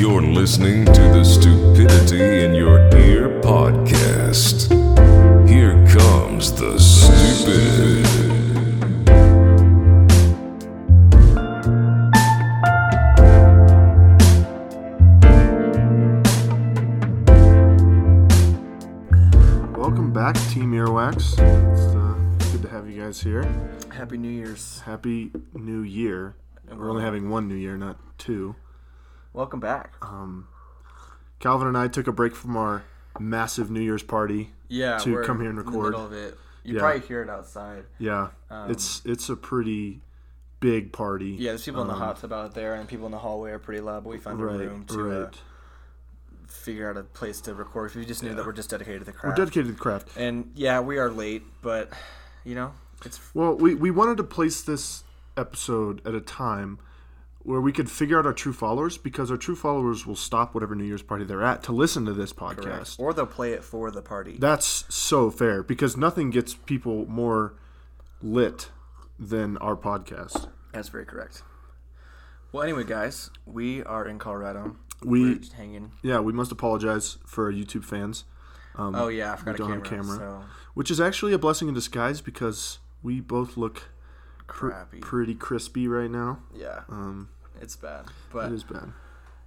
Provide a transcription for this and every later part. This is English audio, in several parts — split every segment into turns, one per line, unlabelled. listening to the Stupidity in Your Ear podcast. Here comes the stupid.
Welcome back, Team Earwax. It's uh, good to have you guys here.
Happy New Year's.
Happy New Year. We're only having one New Year, not two.
Welcome back.
Uh, Calvin and I took a break from our massive New Year's party.
yeah,
to
we're
come here and
in the
record.
middle of it. You
Yeah.
probably hear it outside.
Yeah, it's it's a pretty big party.
Um, Yeah, there's people in the hot tub out there, and people in the hallway are pretty loud. But we found a
Um, right,
room to
right.
uh, figure out a place to record. We just knew that we're just dedicated to the
We're
craft.
dedicated to the craft.
and yeah, we are late, but you know, it's
Well, we, we wanted to place this episode at a time where we could figure out our true followers because our true followers will stop whatever New Year's party they're at to listen to this podcast.
or they'll play it for the party.
That's so fair because nothing gets people more lit than our podcast.
That's very correct. Well, anyway, guys, we are in Colorado.
We-
We're just hanging.
Yeah, we must apologize for our YouTube fans,
oh yeah, I forgot
um, don't
a
have
camera.
camera. which is actually a blessing in disguise because we both look
So
pr-
crappy.
pretty crispy right now.
yeah, it's bad. But
It is bad.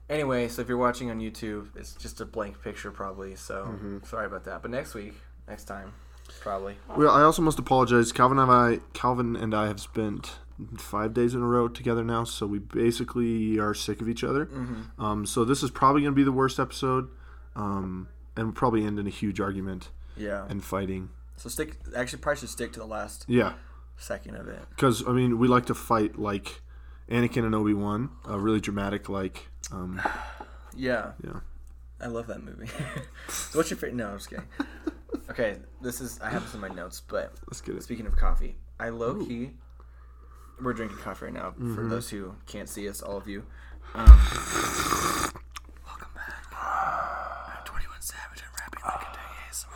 Anyway, so if you're watching on YouTube, it's just a blank picture probably. So sorry about that. But next week, next time, probably.
Well, I also must apologize. Calvin and I, Calvin and I have spent five days in a row together now, so we basically are sick of each other. Um, so this is probably going to be the worst episode, um, and we'll probably end in a huge argument
Yeah.
and fighting.
So stick. Actually, probably should stick to the last
Yeah,
second of it.
because I mean, we like to fight like Anakin and Obi Wan, a really dramatic like. Um,
Yeah.
Yeah.
I love that movie. so what's your favorite? No, I'm just kidding. okay, this is. I have this in my notes, but
let's get it.
Speaking of coffee, I low key. We're drinking coffee right now. For those who can't see us, all of you. Um, welcome back. I'm 21 Savage. I'm rapping like a day ASMR.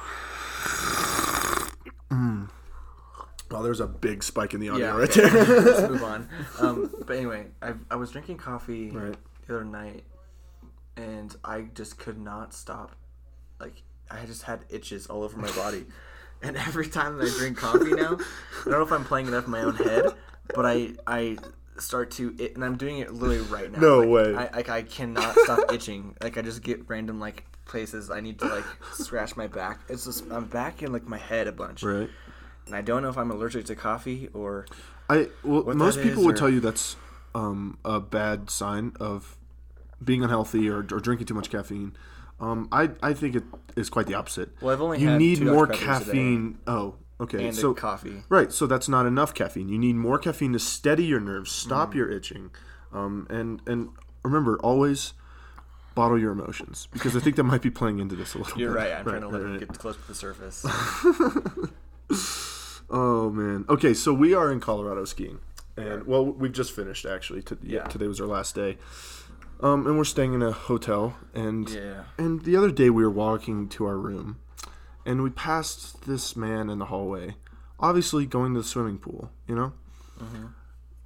Wow, Oh, there's a big spike in the audio
Yeah,
right
okay.
there.
Let's move on. Um, but anyway, I, I was drinking coffee
Right.
the other night, and I just could not stop. Like I just had itches all over my body, and every time that I drink coffee now, I don't know if I'm playing it up in my own head, but I I start to it, and I'm doing it literally right now.
No
Like,
way.
I like I cannot stop itching. Like I just get random like places I need to like scratch my back. It's just I'm back in like my head a bunch.
Right.
And I don't know if I'm allergic to coffee or
I well, most
that
people
is,
would
or-
tell you that's um, a bad sign of being unhealthy or, or drinking too much caffeine. Um, I I think it is quite the opposite.
Well, I've only
you
had
need
two Dr.
more
Peppers today.
caffeine. Oh, okay.
and
so
a coffee.
right, so that's not enough caffeine. You need more caffeine to steady your nerves,
Mm.
stop your itching, um, and and remember always bottle your emotions because I think that might be playing into this a little.
You're
bit.
right. I'm trying to let
right,
it
right.
get close to the surface.
Oh man. Okay, so we are in Colorado skiing, and well, we've just finished actually. To, yeah.
Yeah.
today was our last day, um, and we're staying in a hotel. And
Yeah.
and the other day we were walking to our room, and we passed this man in the hallway, obviously going to the swimming pool, you know.
Mm-hmm.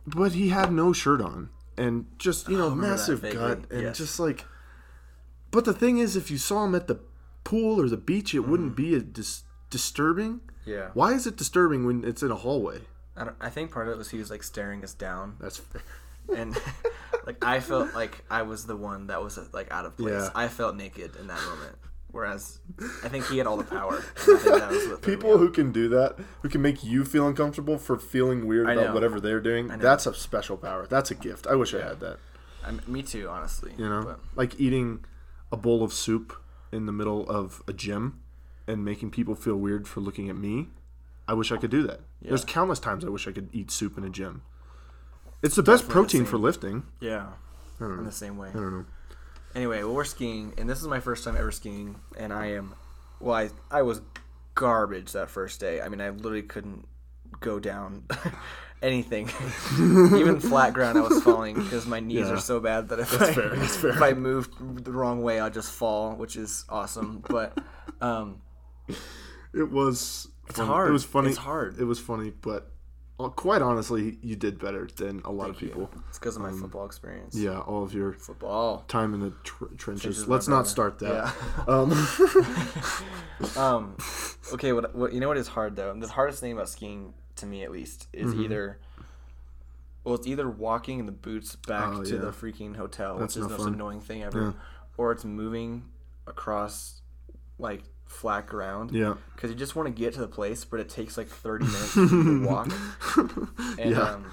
But he had no shirt on, and just you know,
Oh, remember that
massive
vaguely,
gut, and
yes.
just like. But the thing is, if you saw him at the pool or the beach, it wouldn't be a dis- disturbing.
Mm. Yeah.
Why is it disturbing when it's in a hallway?
I, don't, I think part of it was he was like staring us down,
That's fair.
and like I felt like I was the one that was like out of place.
Yeah.
I felt naked in that moment, whereas I think he had all the power. and I think that was what threw me
People who can do that, who can make you feel uncomfortable for feeling weird
I
about
know.
whatever they're doing, that's a special power. That's a gift. I wish I had that.
off. I'm- me too, honestly.
You know, like eating a bowl of soup in the middle of a gym and making people feel weird for looking at me. I wish I could do that. There's countless times I wish I could eat soup in a gym. It's the best protein for lifting.
yeah, in the same way. I don't know. Anyway, well, we're skiing, and this is my first time ever skiing, and I am, well, I I was garbage that first day. I mean, I literally couldn't go down anything, even flat ground. I was falling because my knees
Yeah.
are so bad that if I
fair, that's fair.
if I move the wrong way, I'll just fall, which is awesome. But um,
It was. It's
hard.
It was funny.
It's hard.
It was funny, but Well, quite honestly, you did better than a lot of people.
It's because of my football experience.
Yeah, all of your
Football.
time in the tr- trenches.
is my
Let's not
brother.
start that.
Um, okay, what, what you know what is hard though? The hardest thing about skiing to me at least is
Mm-hmm.
either well, it's either walking in the boots back
Oh,
to
yeah.
the freaking hotel,
That's
which is
no
the most
fun.
annoying thing ever, or it's moving across like flat ground.
Yeah.
Because you just want to get to the place, but it takes like 30 minutes to walk. And,
Yeah.
um,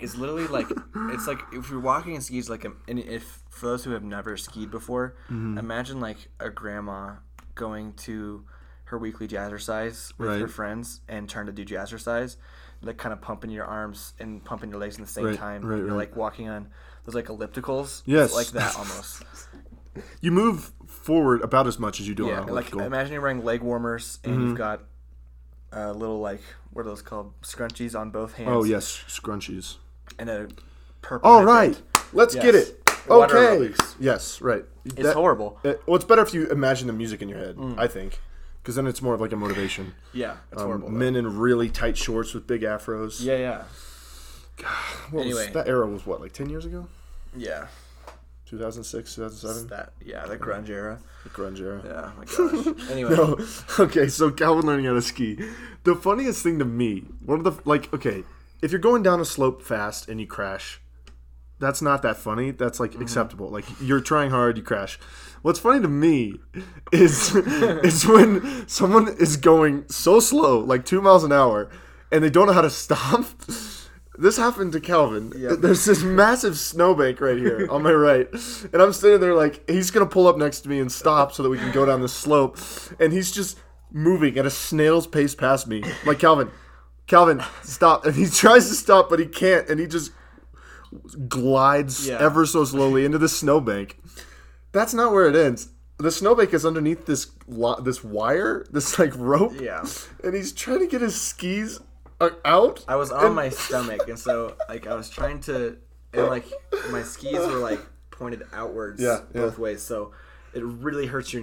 it's literally like it's like if you're walking in skis like um, and if for those who have never skied before
Mm-hmm.
imagine like a grandma going to her weekly jazzercise with her
Right.
friends and trying to do jazzercise like kind of pumping your arms and pumping your legs at the same
Right,
time
right,
you're
right.
like walking on those like ellipticals It's
Yes.
like that almost
You move forward about as much as you do
yeah
on
like
elliptical.
imagine you're wearing leg warmers and
Mm-hmm.
you've got uh, little like what are those called scrunchies on both hands
oh yes, scrunchies.
and a purple
All
headband.
right, let's get
Yes.
it.
Water
Okay.
aerobics.
Yes, right. It's
horrible.
well, it's better if you imagine the music in your head. I think, because then it's more of like a motivation.
yeah it's
Um,
horrible though.
men in really tight shorts with big afros.
yeah yeah
What was-
anyway.
that era was what, like ten years ago?
yeah
2006, 2007,
that yeah the grunge era
the grunge era.
yeah my gosh anyway
No. Okay, so Calvin learning how to ski. The funniest thing to me, one of the like, okay, if you're going down a slope fast and you crash, that's not that funny. That's like acceptable. Like you're trying hard, you crash. What's funny to me is is when someone is going so slow, like two miles an hour, and they don't know how to stop. This happened to Calvin. There's this massive snowbank right here on my right. And I'm sitting there like, he's going to pull up next to me and stop so that we can go down the slope. And he's just moving at a snail's pace past me. Like, Calvin, Calvin, stop. And he tries to stop, but he can't. And he just glides
Yeah.
ever so slowly into the snowbank. That's not where it ends. The snowbank is underneath this lo- this wire, this like rope.
Yeah.
And he's trying to get his skis uh, out.
I was on my stomach, and so like I was trying to, and like my skis were like pointed outwards,
Yeah, yeah.
both ways. So it really hurts your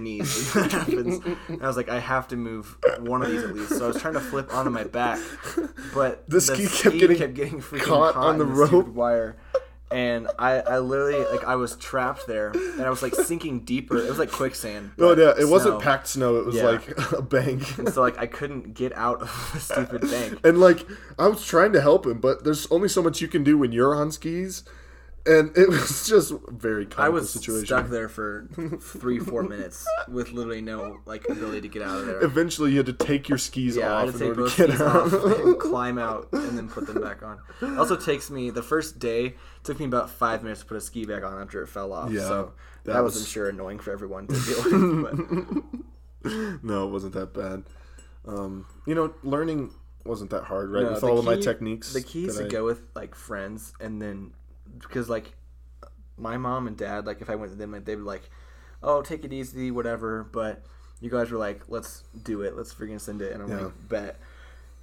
knees when that happens. And I was like, I have to move one of these at least. So I was trying to flip onto my back, but the,
ski kept getting
freaking
caught on
in
the
stupid
rope.
wire. And I, I literally like I was trapped there, and I was like sinking deeper. It was like quicksand.
No,
but
Oh, yeah, it wasn't
snow.
packed snow. It was
Yeah.
like a bank.
So like I couldn't get out of the stupid bank.
And like I was trying to help him, but there's only so much you can do when you're on skis. And it was just very comical
I was
situation.
stuck there for three, four minutes with literally no like ability to get out of there.
Eventually, you had to take your skis
Yeah, I
off
had to
in
take
order
both
to get
feet off,
out.
and climb out, and then put them back on. It also takes me the first day took me about five minutes to put a ski back on after it fell off.
Yeah,
so
that
that, was,
was-
I'm sure, annoying for everyone to deal with. But
no, it wasn't that bad. Um, you know, learning wasn't that hard, right?
No,
With
the
all of my
key-
techniques.
The key is
that
to
I-
go with like friends, and then because like my mom and dad, like if I went to them, like, they'd be like, "Oh, take it easy, whatever." But you guys were like, "Let's do it. Let's freaking send it." And I'm
Yeah.
like, "Bet."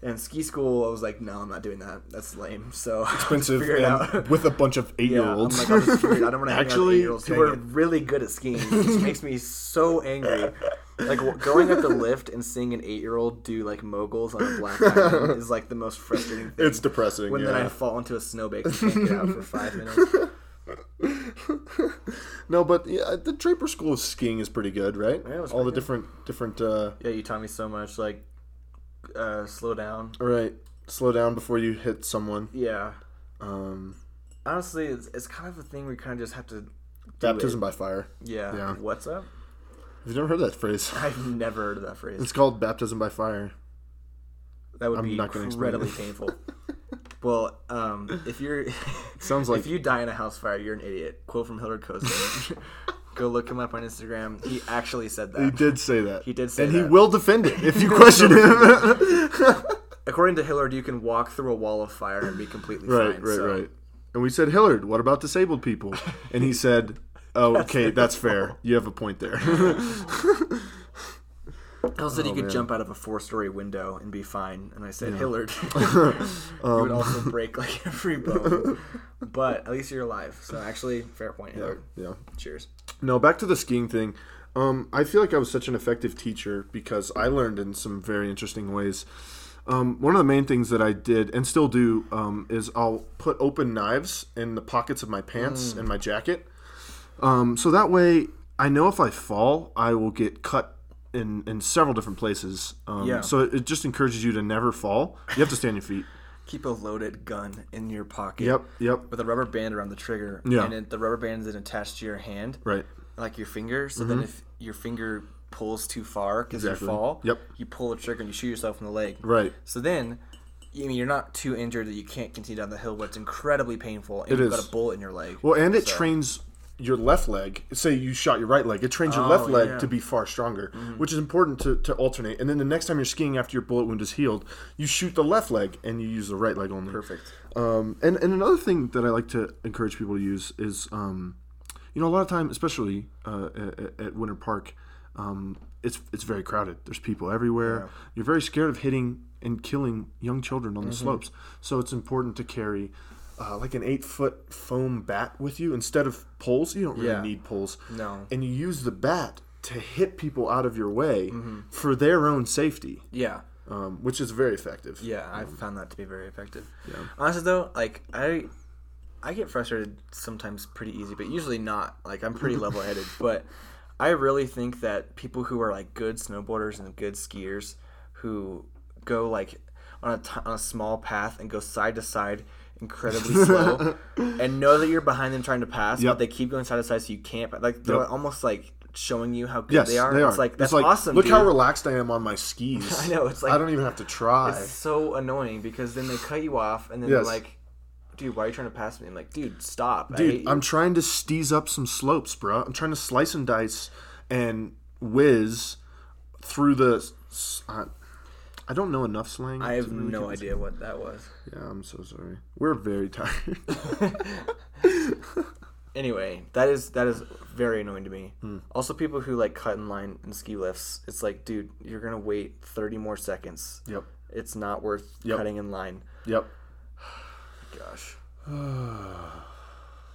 And ski school, I was like, "No, I'm not doing that. That's lame." So I'll just
expensive
figure it out.
and with a bunch of eight year
Yeah, I'm
olds.
like, I'll just figure it out. I don't want to
Actually,
actually. Out
dang
who are
it.
really good at skiing, which makes me so angry. Like w- going up the lift and seeing an eight-year-old do like moguls on a black diamond is like the most frustrating thing.
it's depressing.
when
yeah.
then I fall into a snowbank and can't get out for five minutes.
No, but yeah, the Draper School of Skiing is pretty good, right?
Yeah, it was
all the
pretty good.
different different. Uh,
Yeah, you taught me so much. Like, uh, slow down.
all right, slow down before you hit someone.
Yeah.
Um,
Honestly, it's, it's kind of a thing we kind of just have to. do
baptism
it.
by fire.
Yeah.
Yeah.
What's up?
You've never heard that phrase.
I've never heard of that phrase.
It's called baptism by fire.
That would be
not gonna explain
incredibly
it.
painful. Well, um, if you're
Sounds like-
if you die in a house fire, you're an idiot. Quote from Hillard Cosby. Go look him up on Instagram. He actually said that.
He did say that.
He did say
and he
that.
will defend it if you question him.
According to Hillard, you can walk through a wall of fire and be completely
right,
fine.
right,
so-
right. And we said, Hillard, what about disabled people? And he said, Oh, okay, that's fair. You have a point there.
Hillard
Oh,
said you could jump out of a four-story window and be fine, and I said Hillard, you
Um,
would also break like every bone. But at least you're alive. So actually, fair point, Hillard.
yeah.
Cheers.
No, back to the skiing thing. Um, I feel like I was such an effective teacher because I learned in some very interesting ways. Um, one of the main things that I did and still do um, is I'll put open knives in the pockets of my pants and my jacket. Um, so that way, I know if I fall, I will get cut in, in several different places. Um,
Yeah.
So it, it just encourages you to never fall. You have to stay on your feet.
Keep a loaded gun in your pocket.
yep, yep.
With a rubber band around the trigger.
Yeah.
And it, the rubber band is then attached to your hand,
Right. Mm-hmm.
like your finger. So then if your finger pulls too far because
Exactly.
you fall,
Yep.
you pull the trigger and you shoot yourself in the leg.
Right.
So then, I mean, you're not too injured that you can't continue down the hill, but it's incredibly painful. And
It
you've
is.
got a bullet in your leg.
Well, and it trains your left leg. Say you shot your right leg, it trains your left leg
Oh, yeah. Mm-hmm.
to be far stronger, which is important to, to alternate. And then the next time you're skiing after your bullet wound is healed, you shoot the left leg and you use the right leg only.
Perfect.
Um, and, and another thing that I like to encourage people to use is, um, you know, a lot of time, especially uh, at, at Winter Park, um, it's it's very crowded. There's people everywhere. You're very scared of hitting and killing young children on the
Mm-hmm.
slopes. So it's important to carry uh, like an eight foot foam bat with you instead of poles. You don't really
Yeah.
need poles.
No.
And you use the bat to hit people out of your way
Mm-hmm.
for their own safety,
Yeah.
um, which is very effective.
Yeah, I've found that to be very effective. Honestly, though, like I, I get frustrated sometimes pretty easy, but usually not. Like I'm pretty level headed, but I really think that people who are like good snowboarders and good skiers who go like on a t- on a small path and go side to side incredibly slow and know that you're behind them trying to pass
Yep.
but they keep going side to side so you can't but, like they're
Yep.
almost like showing you how good
Yes,
they are it's like that's awesome
Look how
dude.
relaxed I am on my skis.
I know, it's
I
like-
don't even have to try.
It's so annoying because then they cut you off and then
Yes.
they're like, dude, why are you trying to pass me? I'm like, dude, stop. I hate
Dude,
you."
I'm trying to steez up some slopes, bro. I'm trying to slice and dice and whiz through the. s- I, I don't know enough slang.
I have
to really-
no idea what that was.
Yeah, I'm so sorry. We're very tired.
Anyway, that is that is very annoying to me.
Hmm.
Also, people who like cut in line in ski lifts, it's like, dude, you're gonna wait 30 more seconds.
Yep.
It's not worth
Yep.
cutting in line.
yep.
Gosh.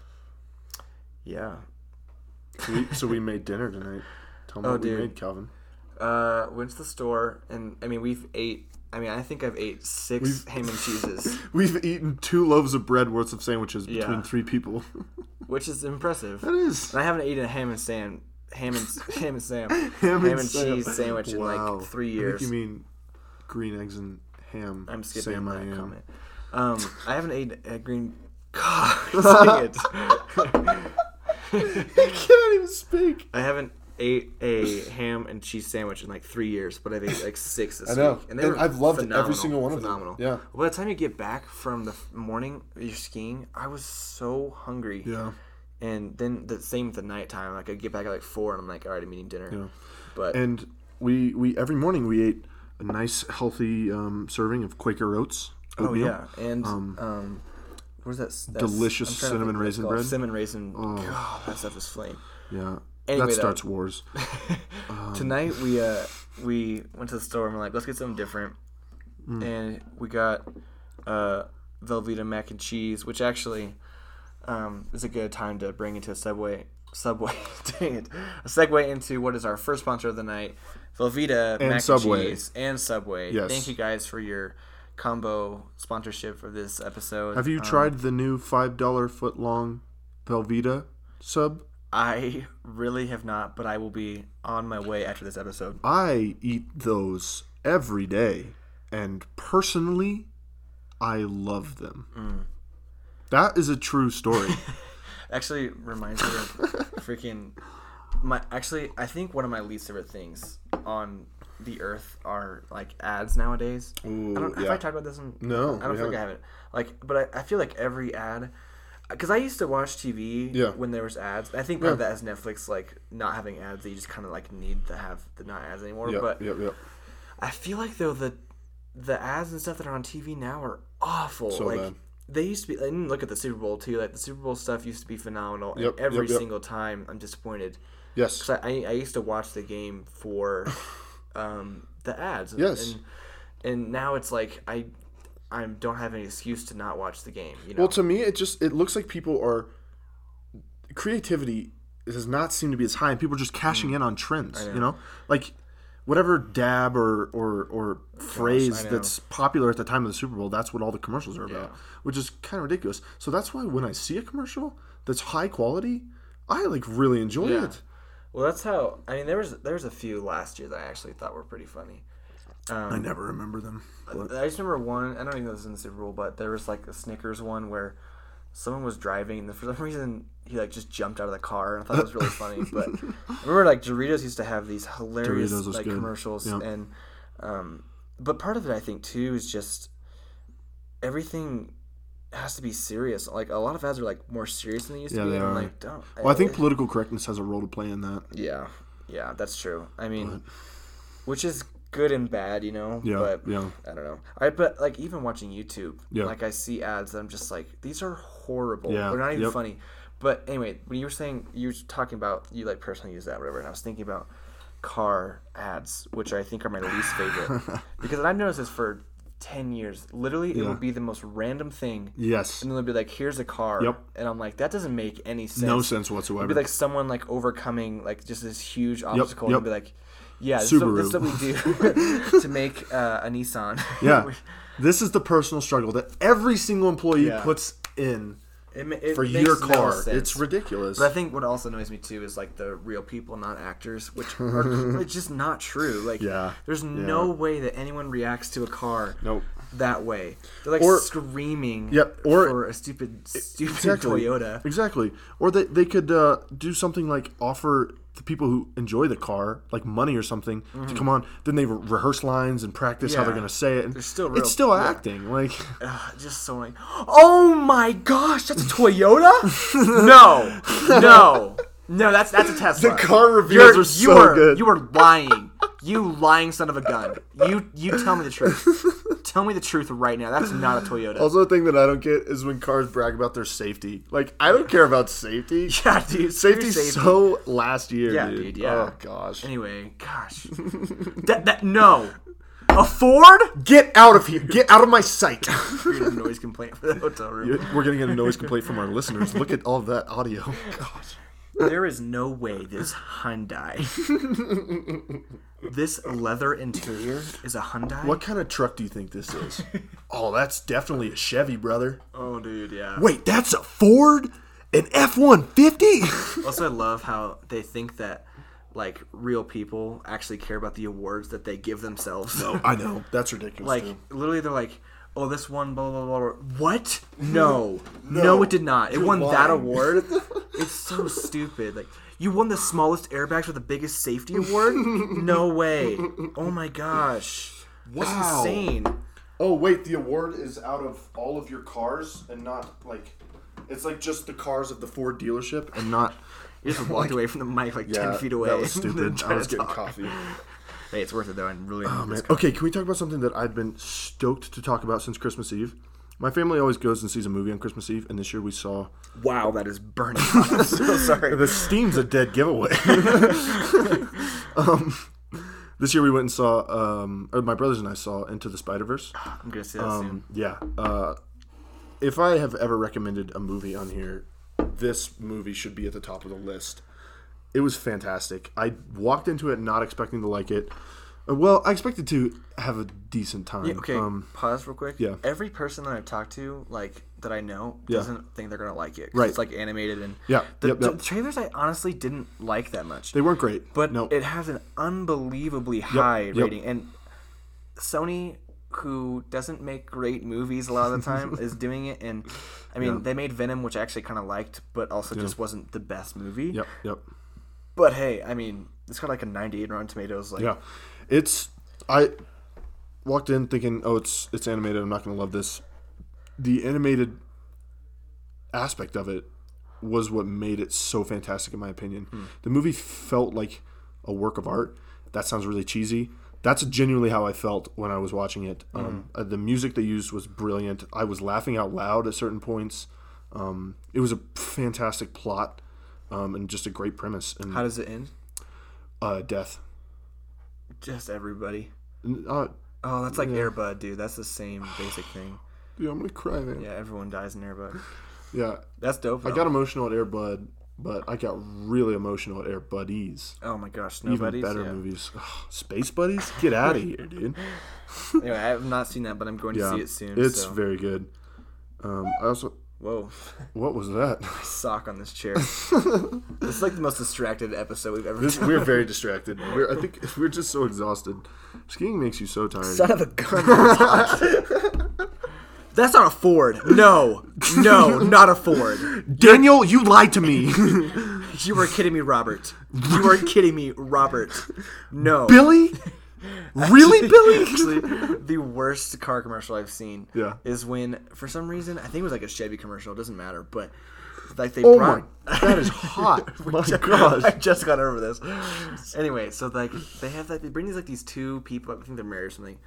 yeah.
We, so we made dinner tonight. Tell me
Oh,
what
dude.
we made, Calvin.
Uh, went to the store and I mean we've ate. I mean I think I've ate 6 ham and cheeses,
We've eaten two loaves of bread worth of sandwiches between
Yeah.
three people.
which is impressive.
that is.
And I haven't eaten a ham and Sam, ham and ham and Sam, ham,
Ham
and
Sam.
cheese sandwich in
Wow.
like three
I think
years.
you mean green eggs and ham.
I'm skipping
Sam
that
I am.
comment. Um, I haven't eaten a green. God, dang it.
I can't even speak.
I haven't ate a ham and cheese sandwich in like three years, but I've ate like six this
I know.
week,
And
were
I've loved every
phenomenal,
single one of them.
Phenomenal.
Yeah.
By the time you get back from the f- morning you're skiing, I was so hungry.
Yeah.
And then the same with the nighttime. Like I get back at like four, and I'm like, all right, I'm eating dinner. But
And we we every morning we ate a nice healthy um, serving of Quaker oats.
Oh
oatmeal.
yeah, and um, where's that? s- that s-
delicious
I'm trying to
cinnamon
think what it's
raisin
called.
bread? Oh.
Cinnamon raisin. God, that stuff is flame.
Yeah. that
Anyway, though.
starts wars. Um,
Tonight we uh we went to the store and we're like, let's get something different,
Mm.
and we got uh Velveeta mac and cheese, which actually um is a good time to bring into a subway subway. Dang it, a segue into what is our first sponsor of the night, Velveeta mac
Subway.
and cheese and Subway.
Yes.
Thank you guys for your combo sponsorship for this episode.
Have you tried the new five dollar foot long Velveeta sub?
I really have not, but I will be on my way after this episode.
I eat those every day, and personally, I love them.
Mm.
That is a true story.
Actually, reminds me of freaking my. Actually, I think one of my least favorite things on the earth are like ads nowadays. I don't, have I talked about this? In,
No,
I don't
we
think I haven't. Like, but I, I feel like every ad. Because I used to watch TV
Yeah.
when there was ads. I think part of that is Netflix like not having ads. That you just kind of like need to have the not ads anymore. but
yep, yep.
I feel like though the the ads and stuff that are on TV now are awful. like
bad.
they used to be. And look at the Super Bowl too. Like the Super Bowl stuff used to be phenomenal.
Yep,
and every
yep, yep.
single time, I'm disappointed.
Yes.
'Cause I, I I used to watch the game for um, the ads. and-
Yes.
And, and now it's like I I don't have any excuse to not watch the game. You know.
Well, to me, it just it looks like people are
Mm.
creativity does not seem to be as high, and people are just cashing in on trends. You know, like whatever dab or or, or phrase
I know.
that's popular at the time of the Super Bowl, that's what all the commercials are about,
Yeah.
which is kind of ridiculous. So that's why when I see a commercial that's high quality, I like really enjoy
Yeah.
it.
Well, that's how. I mean, there was there was a few last year that I actually thought were pretty funny.
I never remember them. But
I just remember one. I don't even know if this is in the Super Bowl, but there was like a Snickers one where someone was driving, and for some reason he like just jumped out of the car, and I thought it was really funny. But I remember like Doritos used to have these hilarious
Doritos was
like
good.
commercials,
Yeah.
and um, but part of it I think too is just everything has to be serious. Like a lot of ads are like more serious than they used
Yeah,
to be.
they
and I'm
are.
like, don't. eh.
well, I think political correctness has a role to play in that.
Yeah, yeah, that's true. I mean, which is good and bad, you know.
Yeah,
but
yeah.
I don't know. I but like even watching YouTube,
Yeah.
like I see ads that I'm just like, these are horrible.
Yeah,
They're not even
yep.
funny. But anyway, when you were saying you were talking about you like personally use that whatever, and I was thinking about car ads, which I think are my least favorite because I've noticed this for ten years. Literally, it
Yeah.
would be the most random thing.
Yes,
And they'll be like, "Here's a car,"
Yep.
and I'm like, "That doesn't make any sense."
no sense
It'd
whatsoever.
be like someone like overcoming like just this huge obstacle
yep.
and be like, yeah, this is, what, this is what we do to make uh, a Nissan.
yeah, this is the personal struggle that every single employee
Yeah.
puts in
It ma- it
for
makes
your
no
car.
sense.
it's ridiculous.
But I think what also annoys me too is like the real people, not actors, which are it's just not true. Like,
Yeah.
there's no way that anyone reacts to a car
Nope.
that way. They're like
Or-
screaming
Yep, or-
for a stupid, stupid
exactly.
Toyota.
Exactly. Or they, they could uh, do something like offer the people who enjoy the car like money or something to come on. Then they re- rehearse lines and practice how they're
Mm-hmm. Yeah.
going to say it. And
There's still real-
it's still
yeah.
acting. Like
Ugh, just so like, oh my gosh, that's a Toyota? no, no, no, that's that's a Tesla.
The car reveals
You're-
are
you
so
are,
good.
You are lying. You lying son of a gun. You you tell me the truth. tell me the truth right now. That's not a Toyota.
also the thing that I don't get is when cars brag about their safety. Like I don't care about safety.
yeah, dude. screw
Safety's
safety.
so last year,
Yeah,
dude.
dude, yeah.
Oh gosh.
Anyway, gosh. that that no. A Ford?
Get out of here. Get out of my sight.
We're gonna noise complaint for the hotel room.
We're getting a noise complaint from our listeners. Look at all that audio. Gosh.
There is no way this Hyundai, this leather interior, is a Hyundai.
What kind of truck do you think this is? oh, that's definitely a Chevy, brother.
Oh, dude, yeah.
Wait, that's a Ford? An F 150?
Also, I love how they think that like real people actually care about the awards that they give themselves.
I know. That's ridiculous.
Like
too.
literally, they're like, "Oh, this one, blah blah blah." blah. What? No, no, it did not. It
You're
won that
lying.
award. it's so stupid. Like you won the smallest airbags for the biggest safety award. no way. Oh my gosh. That's
Wow.
insane.
Oh, wait, the award is out of all of your cars and not like. It's like just the cars of the Ford dealership and not.
You just walked away from the mic like ten feet away.
That was
and
stupid.
tried
I
to
was getting
talk.
coffee.
Hey, it's worth it though. I'm really. Oh,
Man, okay, can we talk about something that I've been stoked to talk about since Christmas Eve? My family always goes and sees a movie on Christmas Eve, and this year we saw
Wow, that is burning. I'm so sorry.
The steam's a dead giveaway. um, this year we went and saw, um, or my brothers and I saw Into the Spider Verse.
I'm gonna say that soon.
Yeah. Uh, if I have ever recommended a movie on here, this movie should be at the top of the list. It was fantastic. I walked into it not expecting to like it. Uh, Well, I expected to have a decent time.
Okay,
Um,
pause real quick.
yeah.
Every person that I've talked to, like that I know, doesn't think they're gonna like it. 'cause
Right.
It's like animated and
Yeah,
The,
yep,
the
yep.
trailers I honestly didn't like that much.
they weren't great,
but
no,
it has an unbelievably high
yep.
rating, and Sony, who doesn't make great movies a lot of the time, is doing it. And I mean, they made Venom, which I actually kind of liked, but also just wasn't the best movie.
yep, yep,
But hey, I mean, it's got like a 98 on Rotten Tomatoes. Like,
yeah. It's I walked in thinking, oh, it's it's animated. I'm not gonna love this. The animated aspect of it was what made it so fantastic, in my opinion.
Hmm.
The movie felt like a work of art. That sounds really cheesy. That's genuinely how I felt when I was watching it.
Hmm.
Um, uh, the music they used was brilliant. I was laughing out loud at certain points. Um, it was a fantastic plot um, and just a great premise and
how does it end?
uh, death.
Just everybody.
N- Uh,
Oh, that's like Airbud, dude. That's the same basic thing.
dude, I'm gonna cry, man.
Yeah, everyone dies in Airbud.
Yeah,
That's dope.
I got emotional at Air Bud, But I got really emotional at Air Buddies.
Oh my gosh, Snow
Even
Buddies.
better
yeah.
movies. Ugh, Space Buddies? Get out of here, dude.
Anyway, I have not seen that, but I'm going to
Yeah,
see it soon.
it's
so.
very good. Um, I also,
Whoa,
what was that?
sock on this chair. this is like the most distracted episode we've ever
This,
done.
we're very distracted. We're, I think we're just so exhausted. Skiing makes you so tired.
Son of a gun. That's not a Ford. No, no, not a Ford.
Daniel, you lied to me.
You were kidding me, Robert. You were kidding me, Robert. No.
Billy? Really, Billy?
Actually, the worst car commercial I've seen
Yeah.
is when, for some reason, I think it was like a Chevy commercial. It doesn't matter, but like they
Oh my,
brought.
that is hot. my
I
gosh.
just got over this. Anyway, so like they have like they bring these like these two people. I think they're married or something,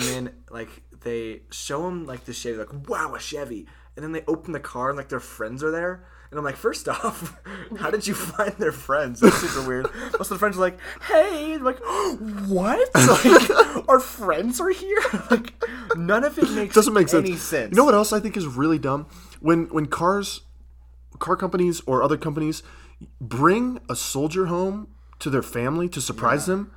then like they show them like the Chevy, like wow a Chevy, and then they open the car and like their friends are there. And I'm like, first off, how did you find their friends? That's super weird. Most of the friends are like, hey, like, what? Like, our friends are here? Like, none of it makes
Doesn't make sense.
any sense.
You know what else I think is really dumb? When when cars, car companies or other companies bring a soldier home to their family to surprise them,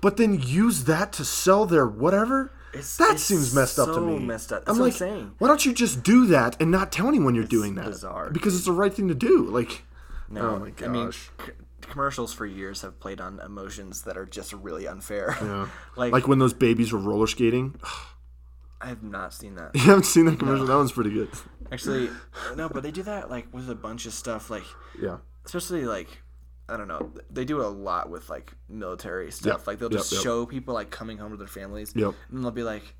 but then use that to sell their whatever.
It's-
that
it's
seems messed up to
so
me.
messed up. That's
I'm
what I'm
like,
saying.
why don't you just do that and not tell anyone you're doing that?
bizarre.
Because it's the right thing to do. Like,
No,
Oh my
I mean,
gosh.
c- commercials for years have played on emotions that are just really unfair. like,
like, when those babies were roller skating.
I have not seen that.
you haven't seen that commercial? That one's pretty good.
Actually, no, but they do that like with a bunch of stuff, like
Yeah.
especially like I don't know, they do it a lot with like military stuff.
Yep,
Like they'll
yep,
just
yep.
show people like coming home to their families,
Yep.
and they'll be like,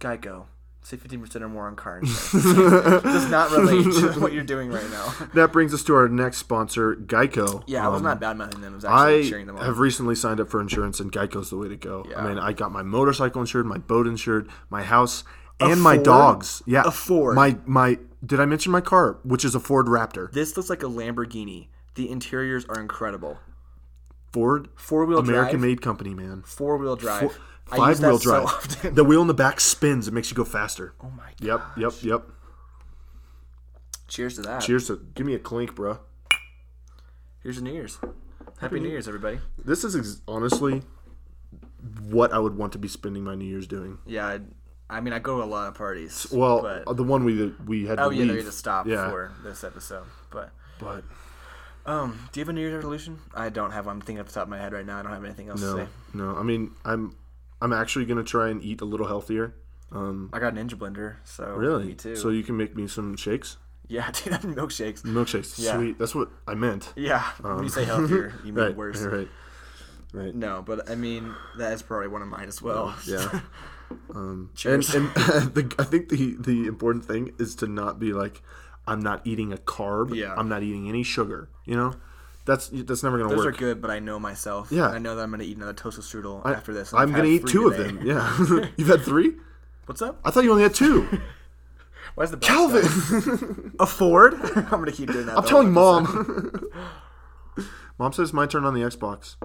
"Geico, save fifteen percent or more on car insurance." Does not relate to what you're doing right now.
That brings us to our next sponsor, Geico. Um,
Yeah, I was not bad mouthing them. I was actually
I
cheering them on.
have recently signed up for insurance, and Geico's the way to go.
Yeah.
I mean, I got my motorcycle insured, my boat insured, my house, and my
Ford?
dogs. Yeah,
A Ford.
My my. Did I mention my car, which is a Ford Raptor?
This looks like a Lamborghini. The interiors are incredible.
Ford,
Four wheel drive.
American made company, man.
Four wheel drive. I use
Five
that
wheel
so
drive.
often.
the wheel in the back spins. It makes you go faster.
Oh my god.
yep, yep, yep.
Cheers to that.
Cheers to give me a clink, bruh.
Here's the New Year's. Happy, New Year's, everybody.
This is ex- honestly what I would want to be spending my New Year's doing.
Yeah, I, I mean, I go to a lot of parties.
Well,
but,
uh, the one we we had
oh
to
yeah,
leave.
they're gonna stop
Yeah.
for this episode. But
but
um, do you have a New Year's resolution? I don't have one. I'm thinking off the top of my head right now. I don't have anything else to
No,
say.
no. I mean, I'm I'm actually gonna try and eat a little healthier. Um,
I got a Ninja Blender, so
really.
me too.
So you can make me some shakes,
yeah, dude, I have milkshakes.
milkshakes.
Yeah.
Sweet. That's what I meant.
Yeah, when you say healthier, you mean
Oh. Right.
worse.
Right. right. Right.
No, but I mean that is probably one of mine as well.
Yeah. Um, and
Cheers.
and the, I think the the important thing is to not be like, I'm not eating a carb.
Yeah.
I'm not eating any sugar. You know, that's that's never gonna
Those
work.
are good, but I know myself.
Yeah.
I know that I'm gonna eat another toasted strudel
I-
after this. and
I'm
I've
gonna
had
eat
three
two of
today.
them. Yeah. You've had three.
What's up?
I thought you only had two.
Why's the
Calvin.
a Ford? I'm gonna keep doing that.
I'm telling mom. mom says my turn on the Xbox.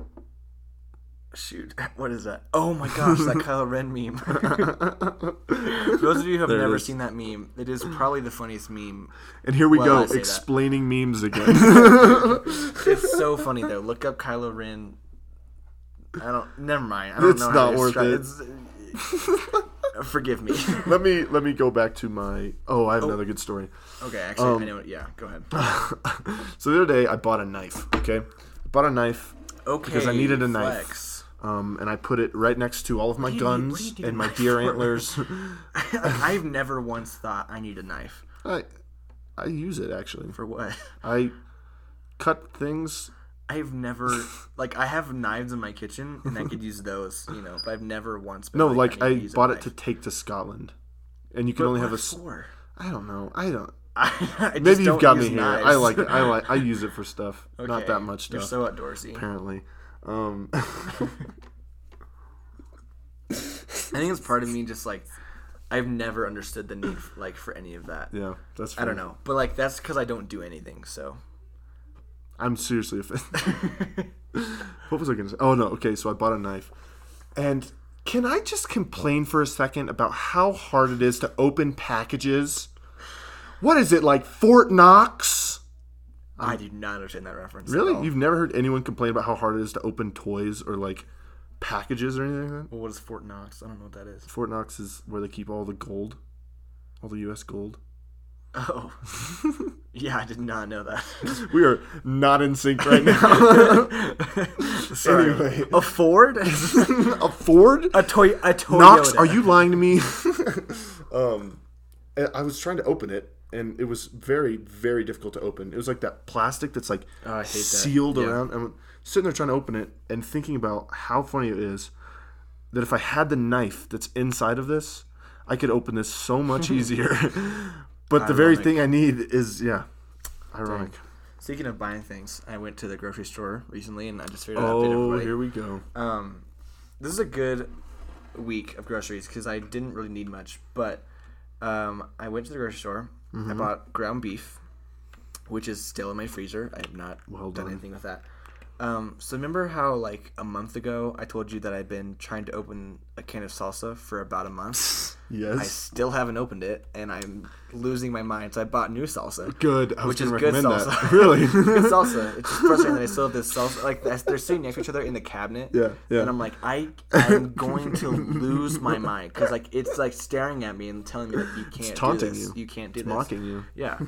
Shoot, what is that? Oh my gosh, that Kylo Ren meme. For those of you who have never
is.
seen that meme, it is probably the funniest meme.
And here we
Well, I say
go,
that.
explaining memes again.
It's so funny though. Look up Kylo Ren. I don't. Never mind. I don't
It's
know.
not
how to
worth
describe-
it.
It's- uh, forgive me.
let me let me go back to my. Oh, I have another good story.
Okay, actually,
Um,
I know. Yeah, go ahead.
So the other day, I bought a knife. Okay, I bought a knife,
Okay.
because I needed a knife.
flex.
um, and I put it right next to all of my
do you- what do you
guns
need a
and my
knife
deer
for?
antlers.
I've never once thought I need a knife.
I I use it actually.
For what?
I cut things.
I've never like I have knives in my kitchen and I could use those, you know, but I've never once been
No,
like,
like
need
I
to use a
bought it to
knife.
take to Scotland, and you can only have a.
What
s-
for?
I don't know. I don't.
I, I just
Maybe
don't
you've got
use
me here.
knives.
I like it. I like. I use it for stuff. Not
Okay,
that much stuff.
You're so outdoorsy.
apparently. Um,
I think it's part of me just like I've never understood the need like for any of that.
yeah, that's.
I
funny.
don't know, but like that's because I don't do anything. So
I'm seriously offended. what was I going to say? Oh, no. Okay, so I bought a knife. And can I just complain for a second about how hard it is to open packages? What is it, like Fort Knox?
I do not understand that reference. at
Um, Really?
all.
You've never heard anyone complain about how hard it is to open toys or like packages or anything like that?
Well, what is Fort Knox? I don't know what that is.
Fort Knox is where they keep all the gold, all the U.S. gold.
Oh, yeah, I did not know that.
We are not in sync right now.
Sorry.
Anyway.
A Ford,
a Ford?
a toy, a Toyota.
Knox, are you lying to me? um, and I was trying to open it, and it was very, very difficult to open. It was like that plastic that's like
Oh, I hate that.
sealed
Yeah.
around. And I'm sitting there trying to open it and thinking about how funny it is that if I had the knife that's inside of this, I could open this so much easier. but the very
Ironic.
thing I need is yeah, ironic.
Speaking of buying things, I went to the grocery store recently, and I just figured out.
Oh, here we go.
Um, this is a good week of groceries because I didn't really need much, but um, I went to the grocery store.
Mm-hmm.
I bought ground beef, which is still in my freezer. I have not
Well
done
done.
anything with that. Um, so remember how like a month ago I told you that I've been trying to open a can of salsa for about a month. I
Yes,
still haven't opened it, and I'm losing my mind. So I bought new salsa.
good. I was
Which
going to
is
recommend
good salsa.
that. Really,
Good salsa. It's just frustrating that I still have this salsa. Like that's- they're sitting next to each other in the cabinet.
Yeah, yeah.
And I'm like, I I'm going to lose my mind because like it's like staring at me and telling me like you can't
taunting
do this.
you.
You can't do this.
mocking you.
Yeah.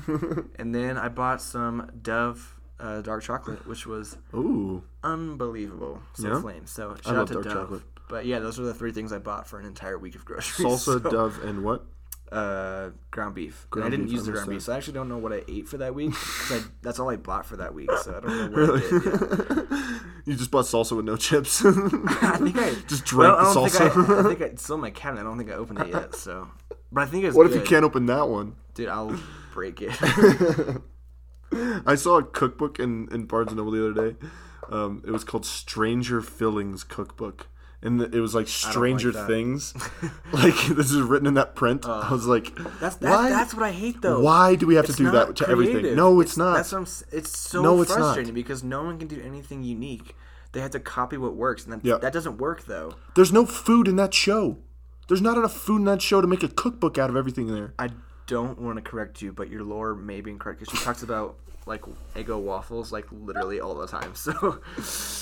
and then I bought some Dove uh, dark chocolate, which was
Ooh,
unbelievable. So
Yeah?
flame. So shout
love
out to
dark
Dove.
chocolate.
But yeah, those are the three things I bought for an entire week of groceries.
salsa,
So-
dove, and what?
uh, ground beef. And
Ground
I didn't
beef,
use the
I missed
ground beef,
that.
so I actually don't know what I ate for that week. 'cause I, that's all I bought for that week, so I don't know where I did. yeah.
You just bought salsa with no chips.
I think I
Just drank
well,
the
I don't Think I, I
salsa.
think I, it's still in my cabinet. I don't think I opened it yet. So, but I think it's
what if
good.
you can't open that one?
dude? I'll break it.
I saw a cookbook in, in Barnes and Noble the other day. Um, it was called Stranger Fillings Cookbook. And it was like Stranger
that. Uh,
Things. like, this is written in that print. I was like,
That's that,
why,
that's what I hate though.
why do we have
It's
to do
not
that to
creative.
everything? No, it's, not.
That's what I'm, s- it's so
No, it's not.
frustrating because no one can do anything unique. They have to copy what works, and that,
Yeah.
that doesn't work though.
There's no food in that show. There's not enough food in that show to make a cookbook out of everything there.
I don't want to correct you, but your lore may be incorrect because she talks about like Eggo waffles like literally all the time. So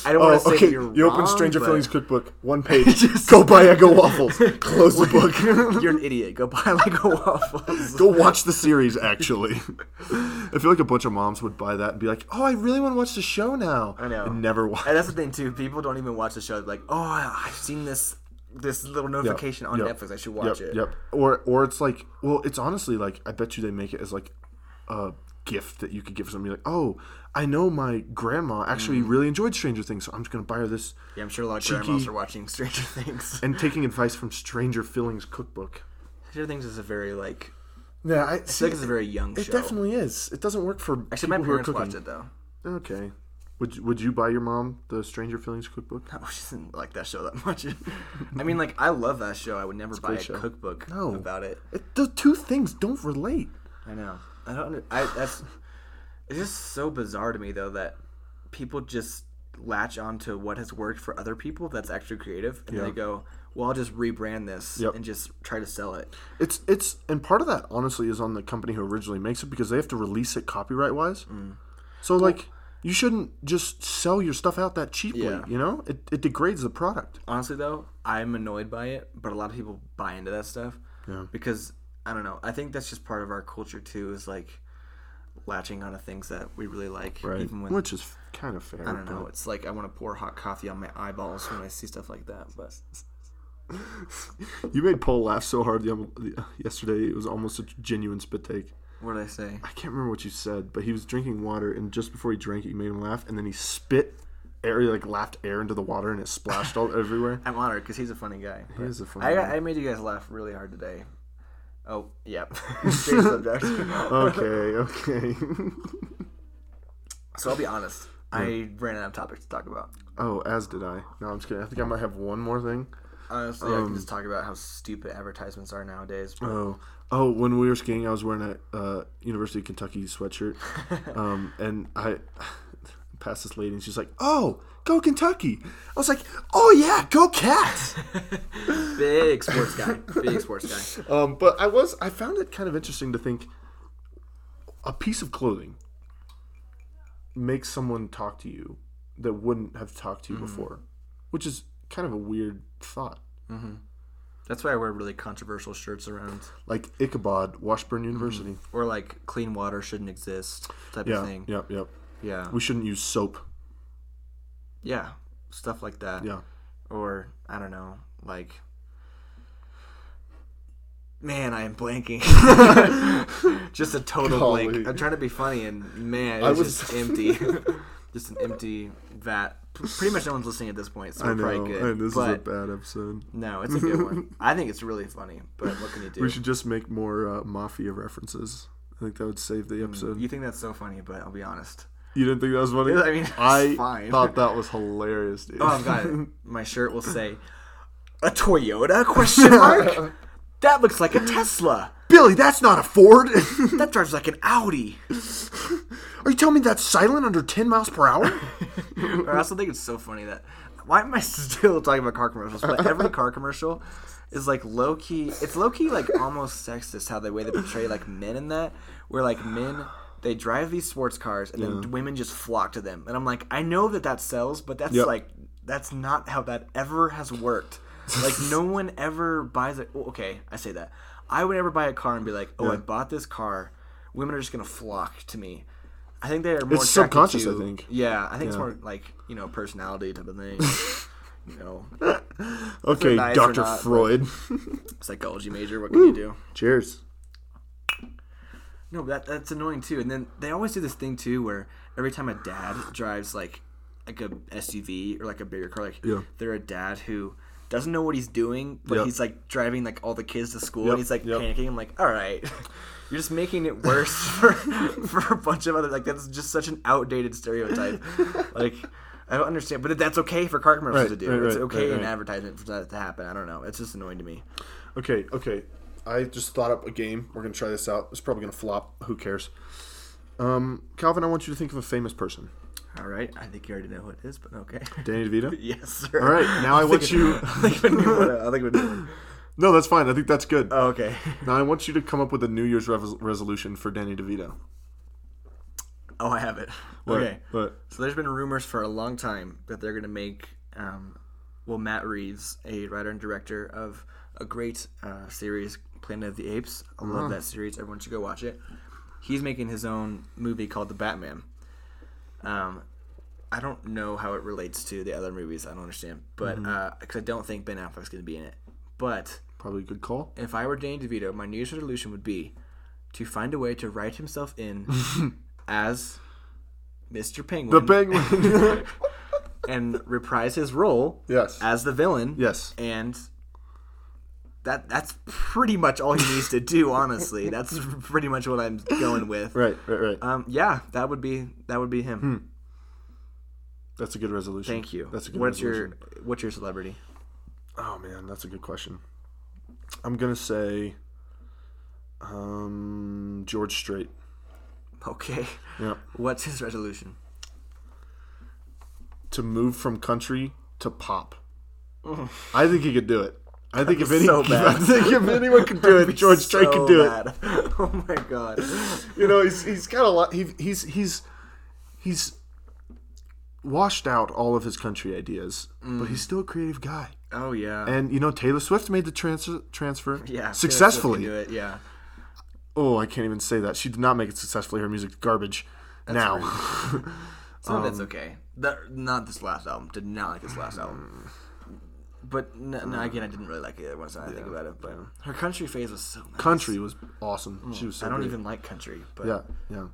I don't
Oh,
want to say
okay.
that you're
You open
wrong,
Stranger
but
Fillings cookbook, one page. Go buy Eggo waffles. Close the book.
You're an idiot. Go buy Eggo waffles.
Go watch the series, actually. I feel like a bunch of moms would buy that and be like, oh, I really want to watch the show now. I
know.
And never watch.
and that's the thing too. People don't even watch the show. They're like, oh, I- I've seen this this little notification on
Yep.
Netflix. I should watch
yep,
it.
Yep. Or, or it's like, well, it's honestly like, I bet you they make it as like a gift that you could give somebody. Like, oh, I know my grandma actually
Mm-hmm.
really enjoyed Stranger Things, so I'm just going to buy her this.
Yeah, I'm sure a lot of grandmas are watching Stranger Things.
And taking advice from Stranger Fillings cookbook.
Stranger Things is a very like,
Yeah, I,
I feel like it's a very young
it
show.
definitely is. It doesn't work for
Actually,
people
my
who are
parents
cooking.
watched it though.
Okay. Would you, would you buy your mom the Stranger Feelings cookbook?
Oh, she doesn't like that show that much. I mean, like I love that show. I would never buy a
show.
cookbook
No.
about it.
It, the two things don't relate.
I know. I don't. under- I that's. It's just so bizarre to me though that people just latch on to what has worked for other people that's actually creative, and then they go, "Well, I'll just rebrand this
Yep.
and just try to sell it."
It's it's and part of that honestly is on the company who originally makes it because they have to release it copyright wise.
Mm.
So like you shouldn't just sell your stuff out that cheaply.
Yeah.
You know it, it degrades the product.
Honestly though, I'm annoyed by it, but a lot of people buy into that stuff. Yeah. Because I don't know. I think that's just part of our culture too. Is like latching onto things that we really like, even when
Which is kind of fair.
I don't know. It's like I want to pour hot coffee on my eyeballs when I see stuff like that. But
but- You made Paul laugh so hard the, um, the, yesterday it was almost a genuine spit take.
what did I say?
I can't remember what you said, but he was drinking water, and just before he drank it, you made him laugh, and then he spit air, he, like laughed air into the water, and it splashed all everywhere.
I'm honored because he's a funny guy. He
is a funny
I,
guy.
I made you guys laugh really hard today. Oh yeah. Change subject.
Okay, okay.
so I'll be honest. I ran out of topics to talk about.
oh, as did I. No, I'm just kidding. I think I might have one more thing.
Honestly, I can just talk about how stupid advertisements are nowadays. But
Oh, oh, when we were skiing, I was wearing a uh, University of Kentucky sweatshirt, um, and I passed this lady, and she's like, "Oh, go Kentucky!" I was like, "Oh yeah, go Cats!"
big sports guy. Big sports guy.
Um, but I was I found it kind of interesting to think a piece of clothing makes someone talk to you that wouldn't have talked
Mm.
to you before, which is kind of a weird thought.
That's why I wear really controversial shirts around,
Like Ichabod, Washburn University.
or like clean water shouldn't exist type
Yeah,
Mm, of thing.
yeah, yeah.
Yeah,
We shouldn't use soap.
yeah, stuff like that.
Yeah,
or I don't know, like. Man, I am blanking. just a total
Golly.
blank. I'm trying to be funny, and man,
I
it's
was-
just empty. just an empty vat. P- Pretty much no one's listening at this point, so
I
we're
know.
probably good.
and this
but
is a bad episode.
no, it's a good one. I think it's really funny, but what can you do?
We should just make more uh, mafia references. I think that would save
Mm.
the episode.
You think that's so funny, but I'll be honest.
You didn't think that was funny?
I mean, it's
I
fine.
thought that was hilarious, dude.
Oh, I've got it. My shirt will say, "A Toyota?" Question mark. that looks like a Tesla.
Billy, that's not a Ford.
That drives like an Audi.
Are you telling me that's silent under 10 miles per hour?
I also think it's so funny that why am I still talking about car commercials? But every car commercial is like low key. It's low key like almost sexist how the way they portray like men in that, where like men they drive these sports cars and then women just flock to them. And I'm like, I know that that sells, but that's
Yep.
like that's not how that ever has worked. Like no one ever buys it. Well, okay, I say that. I would never buy a car and be like, oh, I bought this car. Women are just gonna flock to me. I think they are more
It's
attracted
subconscious,
to-
I think.
yeah, I think it's more like you know personality type of thing. you know,
Okay,
nice or
Dr.
not, but-
Freud.
psychology major. What can you do?
Cheers.
No, that that's annoying too. And then they always do this thing too, where every time a dad drives like like a SUV or like a bigger car, like
Yeah.
they're a dad who doesn't know what he's doing, but
Yep.
he's like driving like all the kids to school,
Yep,
and he's like
yep.
panicking. I'm like, all right. You're just making it worse for, for a bunch of other like that's just such an outdated stereotype. like I don't understand, but that's okay for car commercials
Right,
to do.
right,
it's
right,
okay
right,
in
right.
advertisement for that to happen. I don't know. It's just annoying to me.
Okay, okay. I just thought up a game. We're going to try this out. It's probably going to flop. Who cares? Um, Calvin, I want you to think of a famous person.
All right, I think you already know who it is, but okay.
Danny DeVito?
yes, sir.
All right, now I want you.
I think we knew what I think we knew.
No, that's fine. I think that's good.
Oh, okay.
now I want you to come up with a New Year's rev- resolution for Danny DeVito.
Oh, I have it.
What-
Okay.
what?
So there's been rumors for a long time that they're gonna make, um, well, Matt Reeves, a writer and director of a great uh, series, Planet of the Apes. I
Mm.
love that series. Everyone should go watch it. He's making his own movie called The Batman. Um, I don't know how it relates to the other movies. I don't understand, but
Mm-hmm.
because I don't think Ben Affleck's gonna be in it. But
Probably a good call.
if I were Danny DeVito, my New Year's resolution would be to find a way to write himself in as Mr.
The
Penguin
penguin.
and reprise his role
yes.
as the villain.
Yes.
And that that's pretty much all he needs to do, honestly. That's pretty much what I'm going with.
Right, right, right.
Um, yeah, that would be that would be him.
That's a good resolution.
Thank you.
That's a good
what's
resolution.
your what's your celebrity?
Oh man, that's a good question. I'm gonna say um, George Strait.
Okay.
Yeah.
What's his resolution?
To move from country to pop. I think he could do it. I think if any,
so bad.
I think if anyone could do it, George Strait could do it.
it. Oh my god.
You know, he's he's got a lot. He, he's he's he's washed out all of his country ideas, but
Mm.
he's still a creative guy.
Oh yeah.
And you know, Taylor Swift made the transfer transfer
yeah, Taylor Swift
successfully.
can do it. Yeah,
oh, I can't even say that. She did not make it successfully. Her music's garbage. now,
some of it's
Um,
okay. The, not this last album. Did not like this last album. But no,
Hmm.
no, again, I didn't really like either once I think about it. But her country phase was so. Nice.
country was awesome. She was so
Oh, I don't
great.
even like country, but
Yeah, yeah.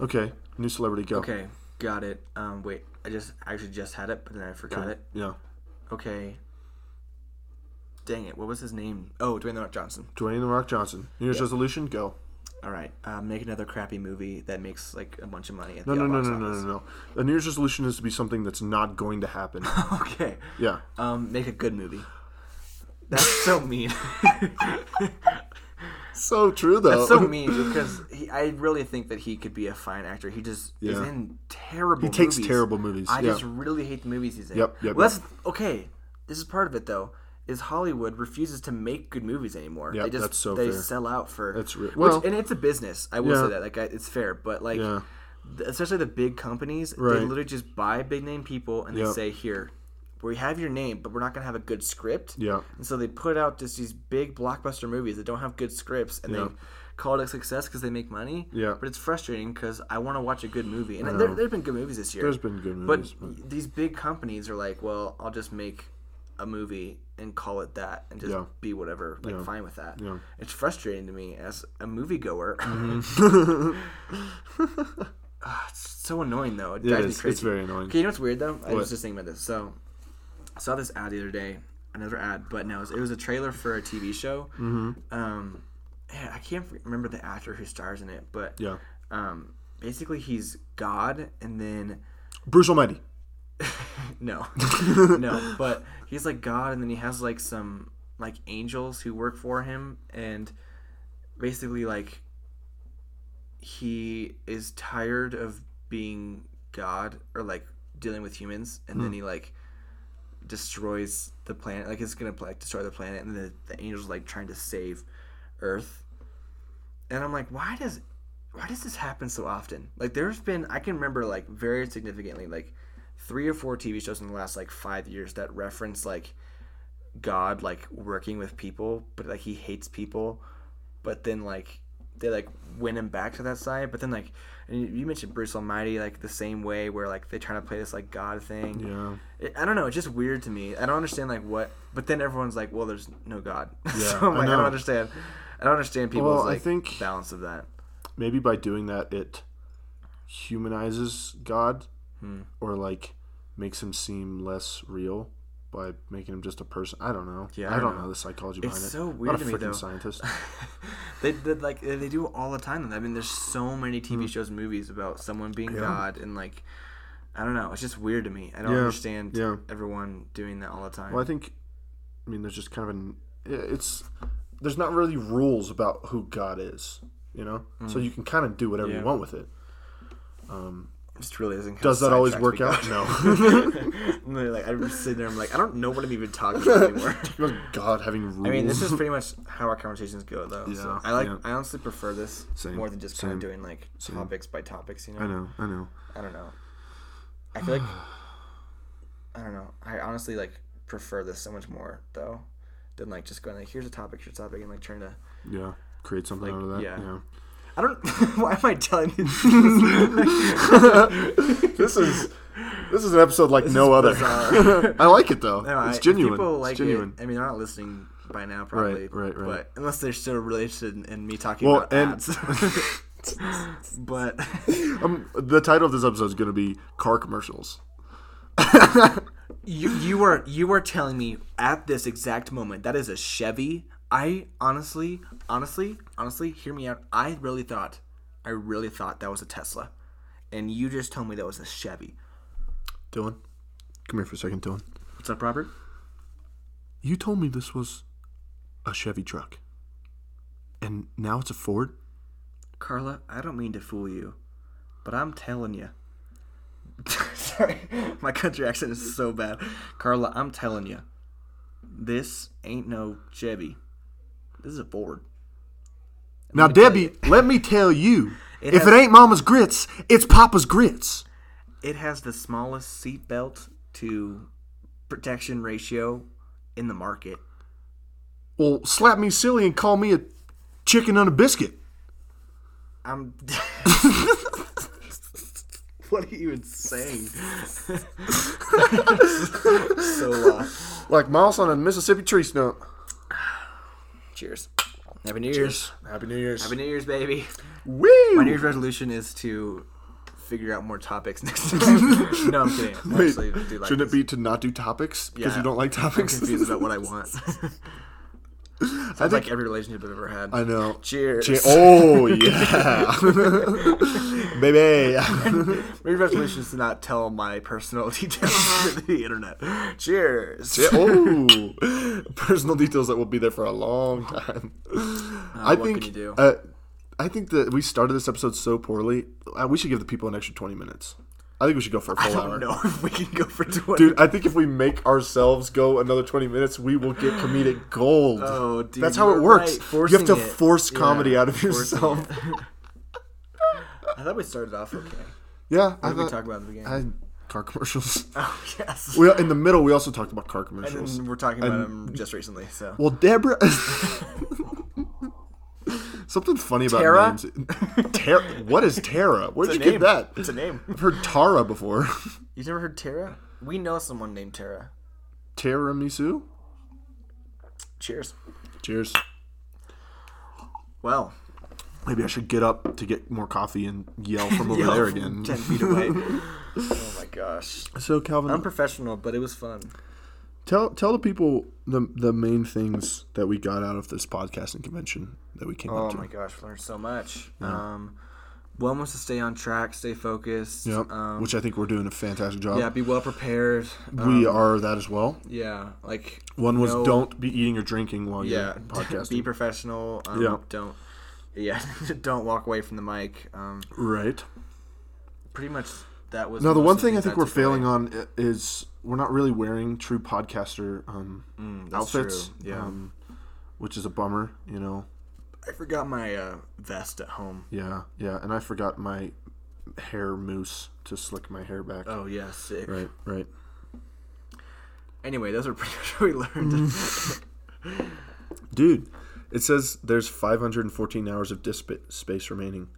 Okay, new celebrity go.
okay, got it. Um, wait, I just I actually just had it, but then I forgot it.
Yeah,
Okay. Dang it! What was his name? Oh, Dwayne the Rock Johnson.
Dwayne the Rock Johnson. New Year's resolution go.
All right, uh, make another crappy movie that makes like a bunch of money. At
No,
the
no, no,
box
no, no, no,
office.
no. A New Year's resolution is to be something that's not going to happen.
Okay.
yeah.
Um, make a good movie. That's so mean.
So true though.
That's so mean because he, I really think that he could be a fine actor. He just is
Yeah.
in terrible. He
takes terrible movies,
I
yeah.
just really hate the movies he's in.
Yep, yep,
Well, that's okay. This is part of it though. Is Hollywood refuses to make good movies anymore?
Yep,
they just
that's so
they
fair.
sell out for
That's re-
which-
well-
and it's a business. I will
Yeah.
say that like I, it's fair, but like
Yeah.
especially the big companies,
Right.
they literally just buy big name people and they
Yep.
say, "Here, we have your name, but we're not gonna have a good script."
Yeah.
And so they put out just these big blockbuster movies that don't have good scripts, and
Yeah.
they call it a success because they make money.
Yeah.
But it's frustrating because I want to watch a good movie, and there, there have been good movies this year.
There's been good movies,
but,
but-
these big companies are like, "Well, I'll just make a movie." And call it that, and just
Yeah.
be whatever. Like, fine with that.
Yeah. Mm-hmm.
It's frustrating to me as a moviegoer. so annoying though. It drives me
is. It's
crazy.
very annoying.
Okay, you know what's weird though? I
What?
was just thinking about this. So I saw this ad the other day, another ad, but no, it was, it was a trailer for a TV show. Mm-hmm. Um, yeah, I can't remember the actor who stars in it, but
Yeah.
um, basically he's God, and then
Bruce Almighty.
no, no, but he's like God, and then he has like some like angels who work for him, and basically like he is tired of being God or like dealing with humans, and then he like destroys the planet, like he's gonna like destroy the planet, and the, the angels are, like trying to save Earth, and I'm like, why does why does this happen so often? Like, there's been I can remember like very significantly like three or four TV shows in the last like five years that reference like God like working with people, but like he hates people, but then like they like win him back to that side. But then like and you- you mentioned Bruce Almighty like the same way where like they trying to play this like God thing.
Yeah.
It, I don't know. It's just weird to me. I don't understand like what. But then everyone's like, well, there's no God.
Yeah,
so I'm
I
like, I,
know.
don't understand. I don't understand people's
Well, I
like
think-
balance of that.
Maybe by doing that, it humanizes God
Hmm.
or like makes him seem less real by making him just a person. I don't know.
Yeah,
I,
I
don't
know.
know. the psychology
It's
behind it.
so
I'm
weird
not
to
a
me,
freaking
though.
scientist.
They, they like they do all the time. I mean, there's so many TV
Hmm.
shows, movies about someone being God and like I don't know. It's just weird to me. I don't
Yeah,
understand
yeah.
everyone doing that all the time.
Well, I think, I mean, there's just kind of an it's there's not really rules about who God is, you know. So you can kind of do whatever
Hmm. Yeah.
you want with it.
It just really isn't.
Does that always work out? No.
and they're like I'm sitting there. I'm like I don't know what I'm even talking about anymore.
God having rules.
I mean, this is pretty much how our conversations go, though. so
Yeah,
I like.
yeah.
I honestly prefer this
Same,
more than just kind
same,
of doing like topics by topics. You know?
I know. I know.
I don't know. I feel like I don't know. I honestly like prefer this so much more though than like just going like here's a topic, here's a topic, and like trying to.
Yeah. Create something out of that.
yeah.
Yeah.
I don't. why am I telling you?
This is this is an episode like no other. I like it though.
No, I-
it's
if
genuine.
People like
it's genuine.
it. I mean, they're not listening by now, probably.
right, right.
But unless they're still really interested in, in me talking
Well,
about
and-
ads. but
Um, the title of this episode is going to be car commercials.
You you were you were telling me at this exact moment that is a Chevy. I honestly, honestly, honestly, hear me out. I really thought, I really thought that was a Tesla, and you just told me that was a Chevy.
Dylan, come here for a second, Dylan.
What's up, Robert?
You told me this was a Chevy truck, and now it's a Ford.
Carla, I don't mean to fool you, but I'm telling you. Sorry, my country accent is so bad. Carla, I'm telling you, this ain't no Chevy. This is a Ford.
Now, Debbie, let me tell you,
It
if
has-
it ain't Mama's grits, it's Papa's grits.
It has the smallest seatbelt to protection ratio in the market.
Well, slap me silly and call me a chicken on a biscuit.
I'm. what are you even saying? so uh, lost.
Like moss on a Mississippi tree stump.
Cheers. Happy New Year's.
Happy New Year's.
Happy New Year's, baby. My New
Woo!
Year's resolution is to figure out more topics next time. no, I'm kidding. I
Wait,
actually do like
shouldn't it
this.
be to not do topics because
Yeah.
you don't like
I'm
topics?
confused about what I want. Sounds
I
like
think
every relationship I've ever had.
I know.
Cheers.
Che- oh yeah, baby.
My resolution is to not tell my personal details to the internet. Cheers.
Yeah, oh, personal details that will be there for a long time. I
what
think.
can you do?
Uh, I think that we started this episode so poorly. Uh, we should give the people an extra twenty minutes. I think we should go for a full
I
hour.
don't know if we can go for 20.
Dude, I think if we make ourselves go another 20 minutes, we will get comedic gold.
Oh, dude,
That's how
you're
it works.
right.
you have to
Forcing it.
force
Yeah,
comedy out of
forcing
yourself.
I thought we started off okay.
Yeah, I
What did we
thought-
talk about at the beginning?
I car commercials.
oh yes.
we in the middle. We also talked about car
and
commercials.
then we're talking about them just recently. So
Well, Deborah. Something funny about
Tara?
names. Tara. What is Tara? Where'd you
It's a
get
name.
that?
It's a name.
I've heard Tara before.
you've never heard Tara? We know someone named Tara.
Tara Misu.
Cheers.
Cheers.
Well,
Maybe I should get up to get more coffee and yell from over
yell
there
from
again.
ten feet away. oh my gosh,
So Calvin,
unprofessional, but it was fun.
tell tell the people the the main things that we got out of this podcasting convention that we came
Oh
up to.
my gosh, we learned so much. Um, one was to stay on track, stay focused.
Yep.
Um,
Which I think we're doing a fantastic job.
yeah, be well prepared. Um,
we are that as well.
yeah, like
One was
no-
don't be eating or drinking while
Yeah,
you're podcasting.
be professional. Um,
Yeah.
Don't. Yeah, don't walk away from the mic. Um,
right.
pretty much that was.
Now the
most
one
of
thing I think we're
took
failing
away.
on i- is we're not really wearing true podcaster um,
that's
outfits.
true, yeah.
Um, which is a bummer, you know.
I forgot my uh, vest at home.
Yeah, yeah. And I forgot my hair mousse to slick my hair back.
Oh yeah, sick.
Right, right.
Anyway, those are pretty much what we learned.
Mm-hmm. Dude, it says there's 514 hours of disk spa- space remaining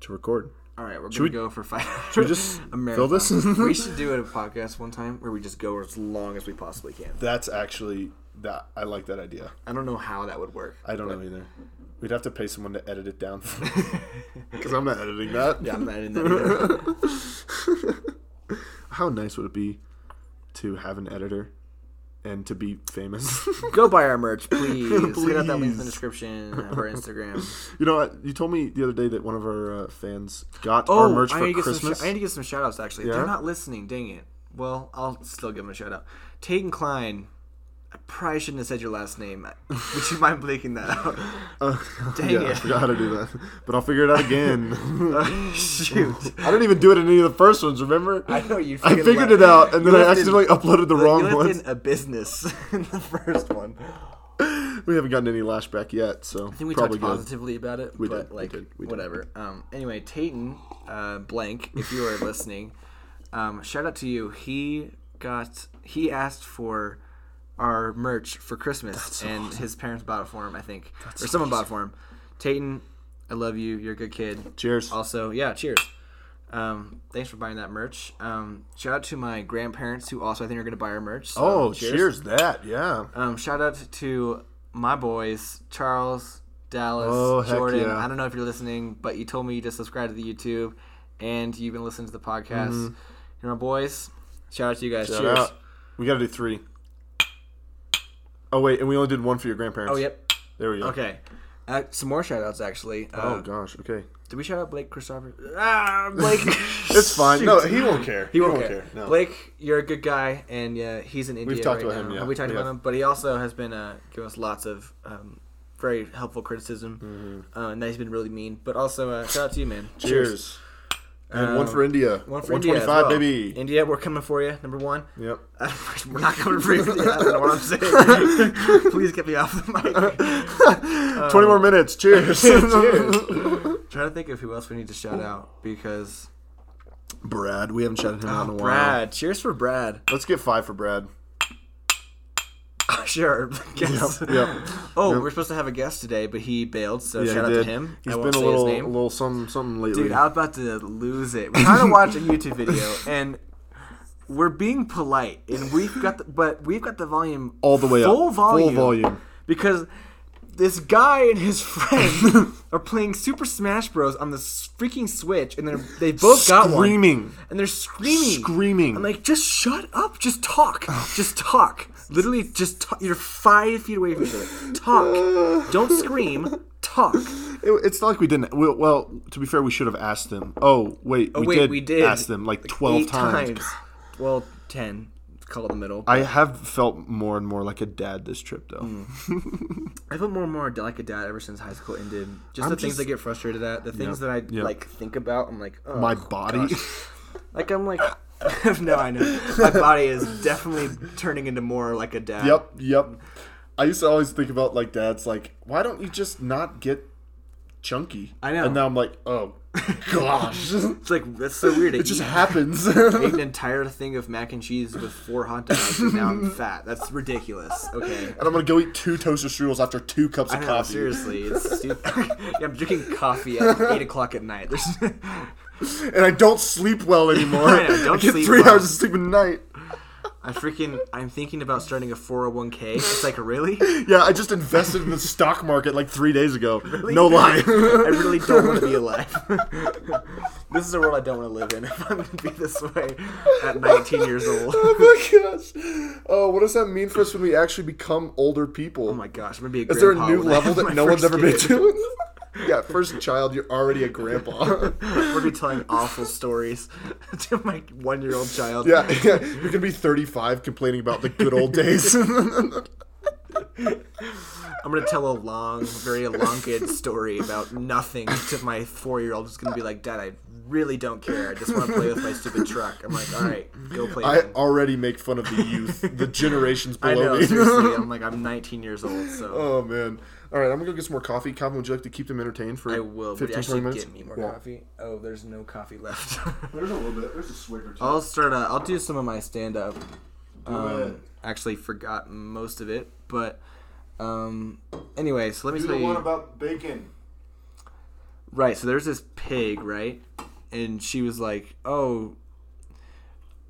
to record.
All right, we're
we-
gonna go for five.
we just
a marathon.
fill this?
we should do it a podcast one time where we just go as long as we possibly can.
That's actually that I like that idea.
I don't know how that would work.
I don't know either. We'd have to pay someone to edit it down because I'm not editing that.
I'm not in that either.
How nice would it be to have an editor and to be famous?
Go buy our merch, please. Hit out that link in the
Please.
description of our Instagram.
you know what? You told me the other day that one of our uh, fans got
Oh,
our merch
I,
for
need to get some
Christmas.
sh- I need to get some shout outs actually.
Yeah?
They're not listening, dang it. Well, I'll still give them a shout out. Tate and Klein, I probably shouldn't have said your last name. Would you mind blinking that out? dang
Uh, yeah, I forgot how to do that, but I'll figure it out again.
it. Shoot.
I didn't even do it in any of the first ones. Remember?
I know you
I
freaking
figured it
left-
out, and
you
then I
left in-
accidentally uploaded the
you
wrong
left
ones.
in a business in the first one.
We haven't gotten any lashback yet, so
I think we
probably
talked
good.
positively about it,
We did,
but
we
like
did, we did.
whatever. Um, anyway, Tayton uh, blank, if you are listening, um, shout out to you. He got he asked for our merch for Christmas, and his parents bought it for him, I think, or someone bought it for him. Tayton, I love you. You're a good kid.
Cheers.
Also, yeah, cheers. Um, thanks for buying that merch. Um, shout out to my grandparents who also I think are going to buy our merch. so
oh, cheers. that, yeah.
um, shout out to my boys, Charles, Dallas,
Oh, heck
Jordan.
yeah.
I don't know if you're listening, but you told me you just subscribed to the YouTube and you've been listening to the podcast. You're my boys. Shout out to you guys.
Mm-hmm. Shout
Cheers.
out. We got to do three. Oh wait, and we only did one for your grandparents.
Oh, yep.
There we go.
Okay. Uh, some more shout outs, actually.
Oh
Uh,
gosh. Okay.
did we shout out Blake Christopher? Ah, Blake.
It's fine. No, he won't care.
He won't, care.
No.
Blake, you're a good guy, and uh, he's in India.
talked
right
about him,
now.
yeah.
We talked
We
about
have.
him, but he also has been uh, giving us lots of um, very helpful criticism, uh, and that he's been really mean. But also, uh, shout out to you, man.
Mm-hmm. Cheers. And one for India.
One for India as
125,
well.
baby.
India, we're coming for you. Number one.
Yep.
We're not coming for you. I don't know what I'm saying. Please get me off the mic.
Twenty
Um,
more minutes. Cheers.
Trying to think of who else we need to shout out because
Brad, we haven't shouted him out in a while.
Oh, Brad. Cheers for Brad.
Let's get five for Brad.
sure. Guess.
Yep.
Oh, we're supposed to have a guest today, but he bailed. So
Yeah,
shout out
he did.
to him.
He's
I
been
won't
a
say
little,
his name.
a little something, something lately.
Dude, I was about to lose it. We're trying to watch a YouTube video, and we're being polite, and we've got, the, but we've got the volume
All the way
full
up.
volume,
Full volume.
because this guy and his friend are playing Super Smash Bros on this freaking Switch, and they're they both got one,
Screaming.
and they're screaming,
Screaming.
I'm like, just shut up, just talk, just talk. Literally, just talk. You're five feet away from each other. Talk, don't scream. Talk.
It, it's not like we didn't. We, well, to be fair, we should have asked them. Oh wait, we,
wait,
did
we did.
ask them like twelve
Eight
times.
Well, ten. Call it the middle. I,
I have felt more and more like a dad this trip, though.
Mm. feel more and more like a dad ever since high school ended. Just the things
just-
I get frustrated at, the things
Yep,
that I
yep.
like think about. I'm like, oh,
My body.
like I'm like, no, I know. My body is definitely turning into more like a dad.
yep, yep. I used to always think about like dads, like why don't you just not get chunky.
I know.
And now I'm like, oh gosh, it
It's like that's so weird. It
just
just
happens.
ate an entire thing of mac and cheese with four hot dogs, and now I'm fat. That's ridiculous. Okay.
And I'm gonna go eat two toaster strudels after two cups
I
of
know,
coffee.
seriously, it's stupid. yeah, I'm drinking coffee at eight o'clock at night. There's,
And I don't sleep well anymore.
I know, don't
get
sleep
three
well.
hours of sleep a night.
I freaking, I'm thinking about starting a 401k. It's like, really?
Yeah, I just invested in the stock market like three days ago. No lie.
I really don't want to be alive. this is a world I don't want to live in if I'm going to be this way at 19 years old. Oh
oh my gosh. Oh, what does that mean for us when we actually become older people?
Oh my gosh, I'm going to be a
Is there a
grandpa
new
when I
level
have my
that no one's
first
ever been
kid.
to? yeah, first child, you're already a grandpa.
We're going to be telling awful stories to my one year old child.
yeah, yeah, you're gonna be 35 complaining about the good old days.
I'm gonna tell a long, very elongated story about nothing to my four year old who's gonna be like, Dad, I really don't care. I just wanna play with my stupid truck. I'm like, Alright, go play
I
then."
already make fun of the youth, the generations
I
below
know,
me.
seriously. I'm like, I'm nineteen years old, so
Oh man! All right, I'm gonna go get some more coffee. Calvin, would you like to keep them entertained for
I will would you
15, 20
actually
minutes?
get me more
Yeah.
coffee. Oh, there's no coffee left.
There's a little bit. There's a swig or two.
I'll start uh, I'll do some of my stand up.
it.
Um actually forgot most of it, but um anyway, so let me
Do
tell
the
you
one about bacon.
Right, so there's this pig, right? And she was like, "Oh,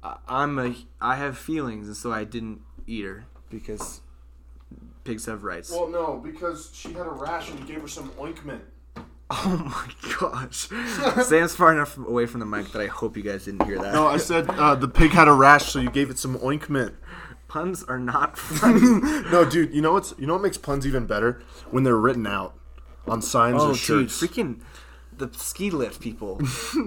I- I'm a I have feelings, and so I didn't eat her because pigs have rights."
Well, no, because she had a rash and you gave her some ointment.
oh my gosh. Sam's far enough from- away from the mic that I hope you guys didn't hear that.
No, I said uh, the pig had a rash, so you gave it some ointment.
Puns are not funny.
No, dude, you know what's you know what makes puns even better when they're written out on signs
oh,
or
dude,
shirts.
freaking the ski lift people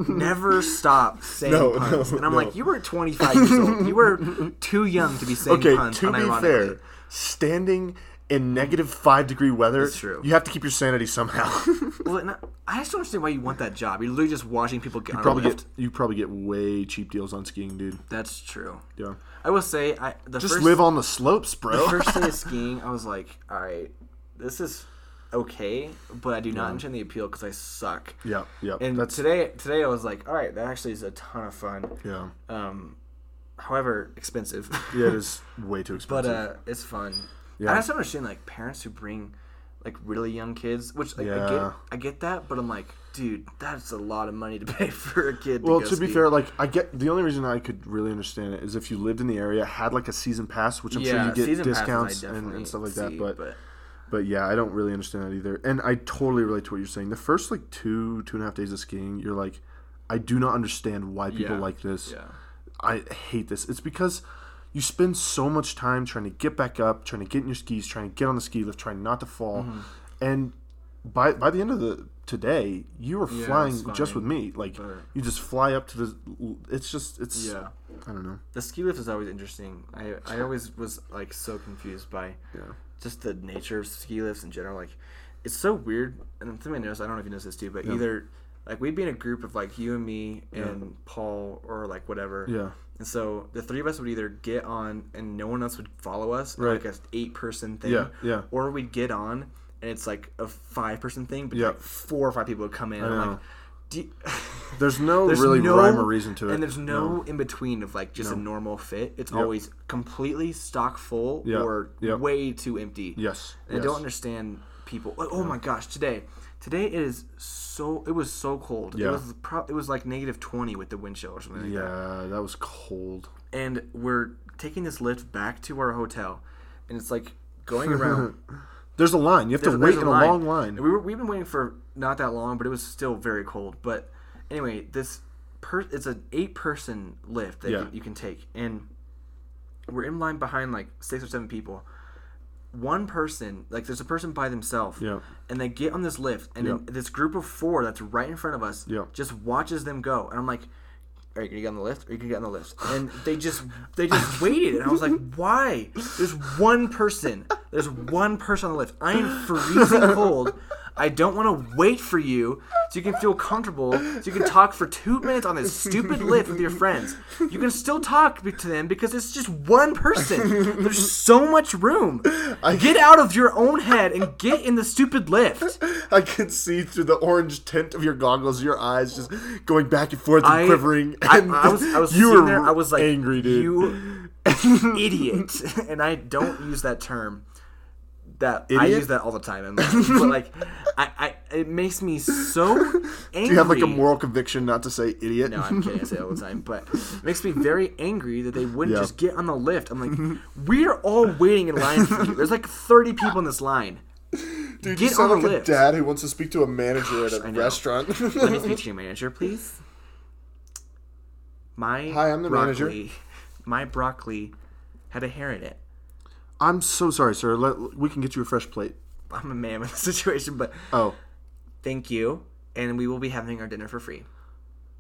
never stop saying
No,
puns.
no,
and I'm
no.
like, "You were 25 years old. You were too young to be saying
okay,
puns."
to be
unironically."
fair, standing in negative five degree weather,
true.
you have to keep your sanity somehow.
Well, and I- I just don't understand why you want that job. You're literally just watching people get on
probably
a lift.
get you probably get way cheap deals on skiing, dude.
That's true.
Yeah,
I will say, I the
just
first,
live on the slopes, bro.
first day of skiing, I was like, all right, this is okay, but I do not understand the appeal because I suck.
yeah, yeah,
And
that's
today, today I was like, all right, that actually is a ton of fun.
yeah,
Um, however expensive,
yeah. It is way too
but
expensive.
uh, it's fun.
Yeah.
I just don't understand like parents who bring like really young kids, which like, I
Yeah.
get, I get that, but I'm like, dude, that's a lot of money to pay for a kid.
Well,
to, go
to be
ski.
fair, like I get the only reason I could really understand it is if you lived in the area, had like a season pass, which I'm
Yeah,
sure you get
season passes I
discounts and,
definitely
and stuff like
see,
that. But, but yeah, I don't really understand that either. And I totally relate to what you're saying. The first like two two and a half days of skiing, you're like, I do not understand why people
Yeah,
like this.
yeah.
I hate this. It's because you spend so much time trying to get back up, trying to get in your skis, trying to get on the ski lift, trying not to fall,
Mm-hmm.
and by by the end of the today, you were flying
it's
just
fine,
with me. Like you just fly up to the. It's just it's.
yeah,
I don't know.
the ski lift is always interesting. I I always was like so confused by just the nature of ski lifts in general. Like, it's so weird. And something I noticed, I don't know if you noticed this too, but either like we'd be in a group of like you and me and Paul or like whatever.
Yeah.
And so the three of us would either get on and no one else would follow us,
Right.
like a eight person thing.
Yeah, yeah.
Or we'd get on and it's like a five person thing, but
Yeah.
like four or five people would come in. and I'm like,
know.
do you-
There's no really rhyme or reason to it.
And there's no, in between of like just a normal fit. It's always completely stock full
Yeah.
or
Yeah.
way too empty.
Yes.
And
yes.
I don't understand people. Oh, oh my gosh, today. Today it is so it was so cold.
Yeah.
It was pro- it was like negative 20 with the wind chill or something like that.
Yeah, that was cold.
And we're taking this lift back to our hotel and it's like going around
There's a line. You have to
there's-
wait
there's
in a long line.
And we were, we've been waiting for not that long, but it was still very cold. But anyway, this per, it's an eight person lift that
Yeah.
you, you can take, and we're in line behind like six or seven people. One person, like there's a person by themselves,
Yeah.
and they get on this lift, and then this group of four that's right in front of us
Yeah.
just watches them go, and I'm like. Are you gonna get on the lift? Are you gonna get on the lift? And they just they just waited, and I was like, why? There's one person. There's one person on the lift. I am freezing cold. I don't want to wait for you so you can feel comfortable, so you can talk for two minutes on this stupid lift with your friends. You can still talk be- to them because it's just one person. There's so much room. get out of your own head and get in the stupid lift.
I can see through the orange tint of your goggles, your eyes just going back and forth and
I-
quivering.
I,
And
I was, I was
you
sitting
were
there. I was like,
angry, dude.
You idiot. And I don't use that term. That I
Idiot?
use that all the time. And but like, I, I, it makes me so angry.
Do you have like a moral conviction not to say idiot?
No, I'm kidding. I say it all the time, but it makes me very angry that they wouldn't
Yeah.
just get on the lift. I'm like, we're all waiting in line for you. There's like 30 people in this line.
Dude, you
Get
sound
on the
like
lift.
a dad who wants to speak to a manager at a
I know.
restaurant.
Let me speak to your manager, please. My
Hi, I'm the manager.
broccoli- My broccoli had a hair in it.
I'm so sorry, sir. Let, we can get you a fresh plate.
I'm a man in the situation, but
Oh,
thank you, and we will be having our dinner for free.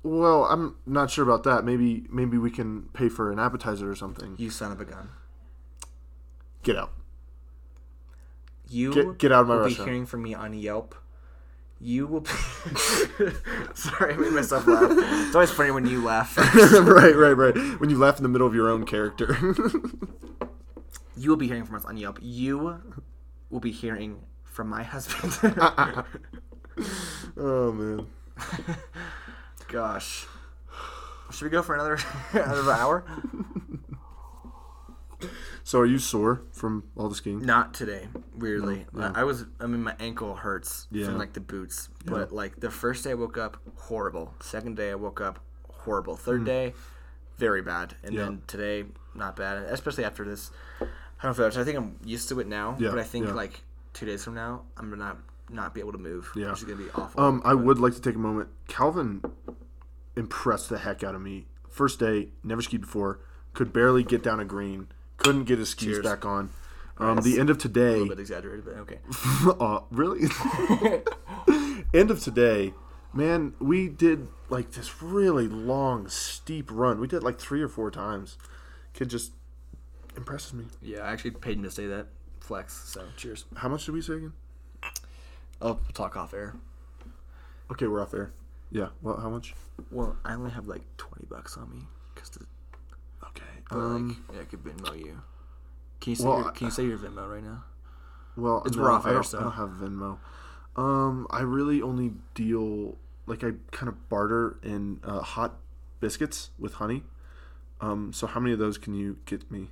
well, I'm not sure about that. Maybe maybe we can pay for an appetizer or something.
You son of a gun.
Get out.
You
Get- get out of my
will
restaurant.
be hearing from me on Yelp. You will be. Sorry, I made myself laugh. It's always funny when you laugh.
right, right, right. When you laugh in the middle of your own character.
You will be hearing from us on Yelp. You will be hearing from my husband.
Uh, oh man.
Gosh. Should we go for another another hour?
So are you sore from all the skiing?
Not today, weirdly. I I was. I mean, my ankle hurts
Yeah.
from like the boots, but like the first day I woke up, horrible. Second day I woke up, horrible. Third day, very bad. And
Yeah.
then today, not bad. Especially after this, I don't know. If I think I'm used to it now,
Yeah,
but I think
yeah.
like two days from now, I'm gonna not not be able to move,
Yeah.
which is gonna be awful.
Um, I would like to take a moment. Calvin impressed the heck out of me. First day, never skied before, could barely get down a green, couldn't get his skis
Cheers.
back on. Um, the end of today,
but exaggerated, but okay.
uh, really, end of today, man, we did like this really long, steep run. We did like three or four times. Kid just impresses me.
Yeah, I actually paid him to say that flex. So cheers.
How much did we say again?
I'll talk off air.
Okay, we're off air. Yeah. Well, how much?
Well, I only have like twenty bucks on me because the
Okay.
But,
Um,
like, yeah, I could Venmo you. Can you say
well,
your, can you say your Venmo right now?
Well,
It's
no,
we're off
I
air,
don't,
so.
I don't have Venmo. Um, I really only deal like I kind of barter in uh, hot biscuits with honey. Um, so how many of those can you get me?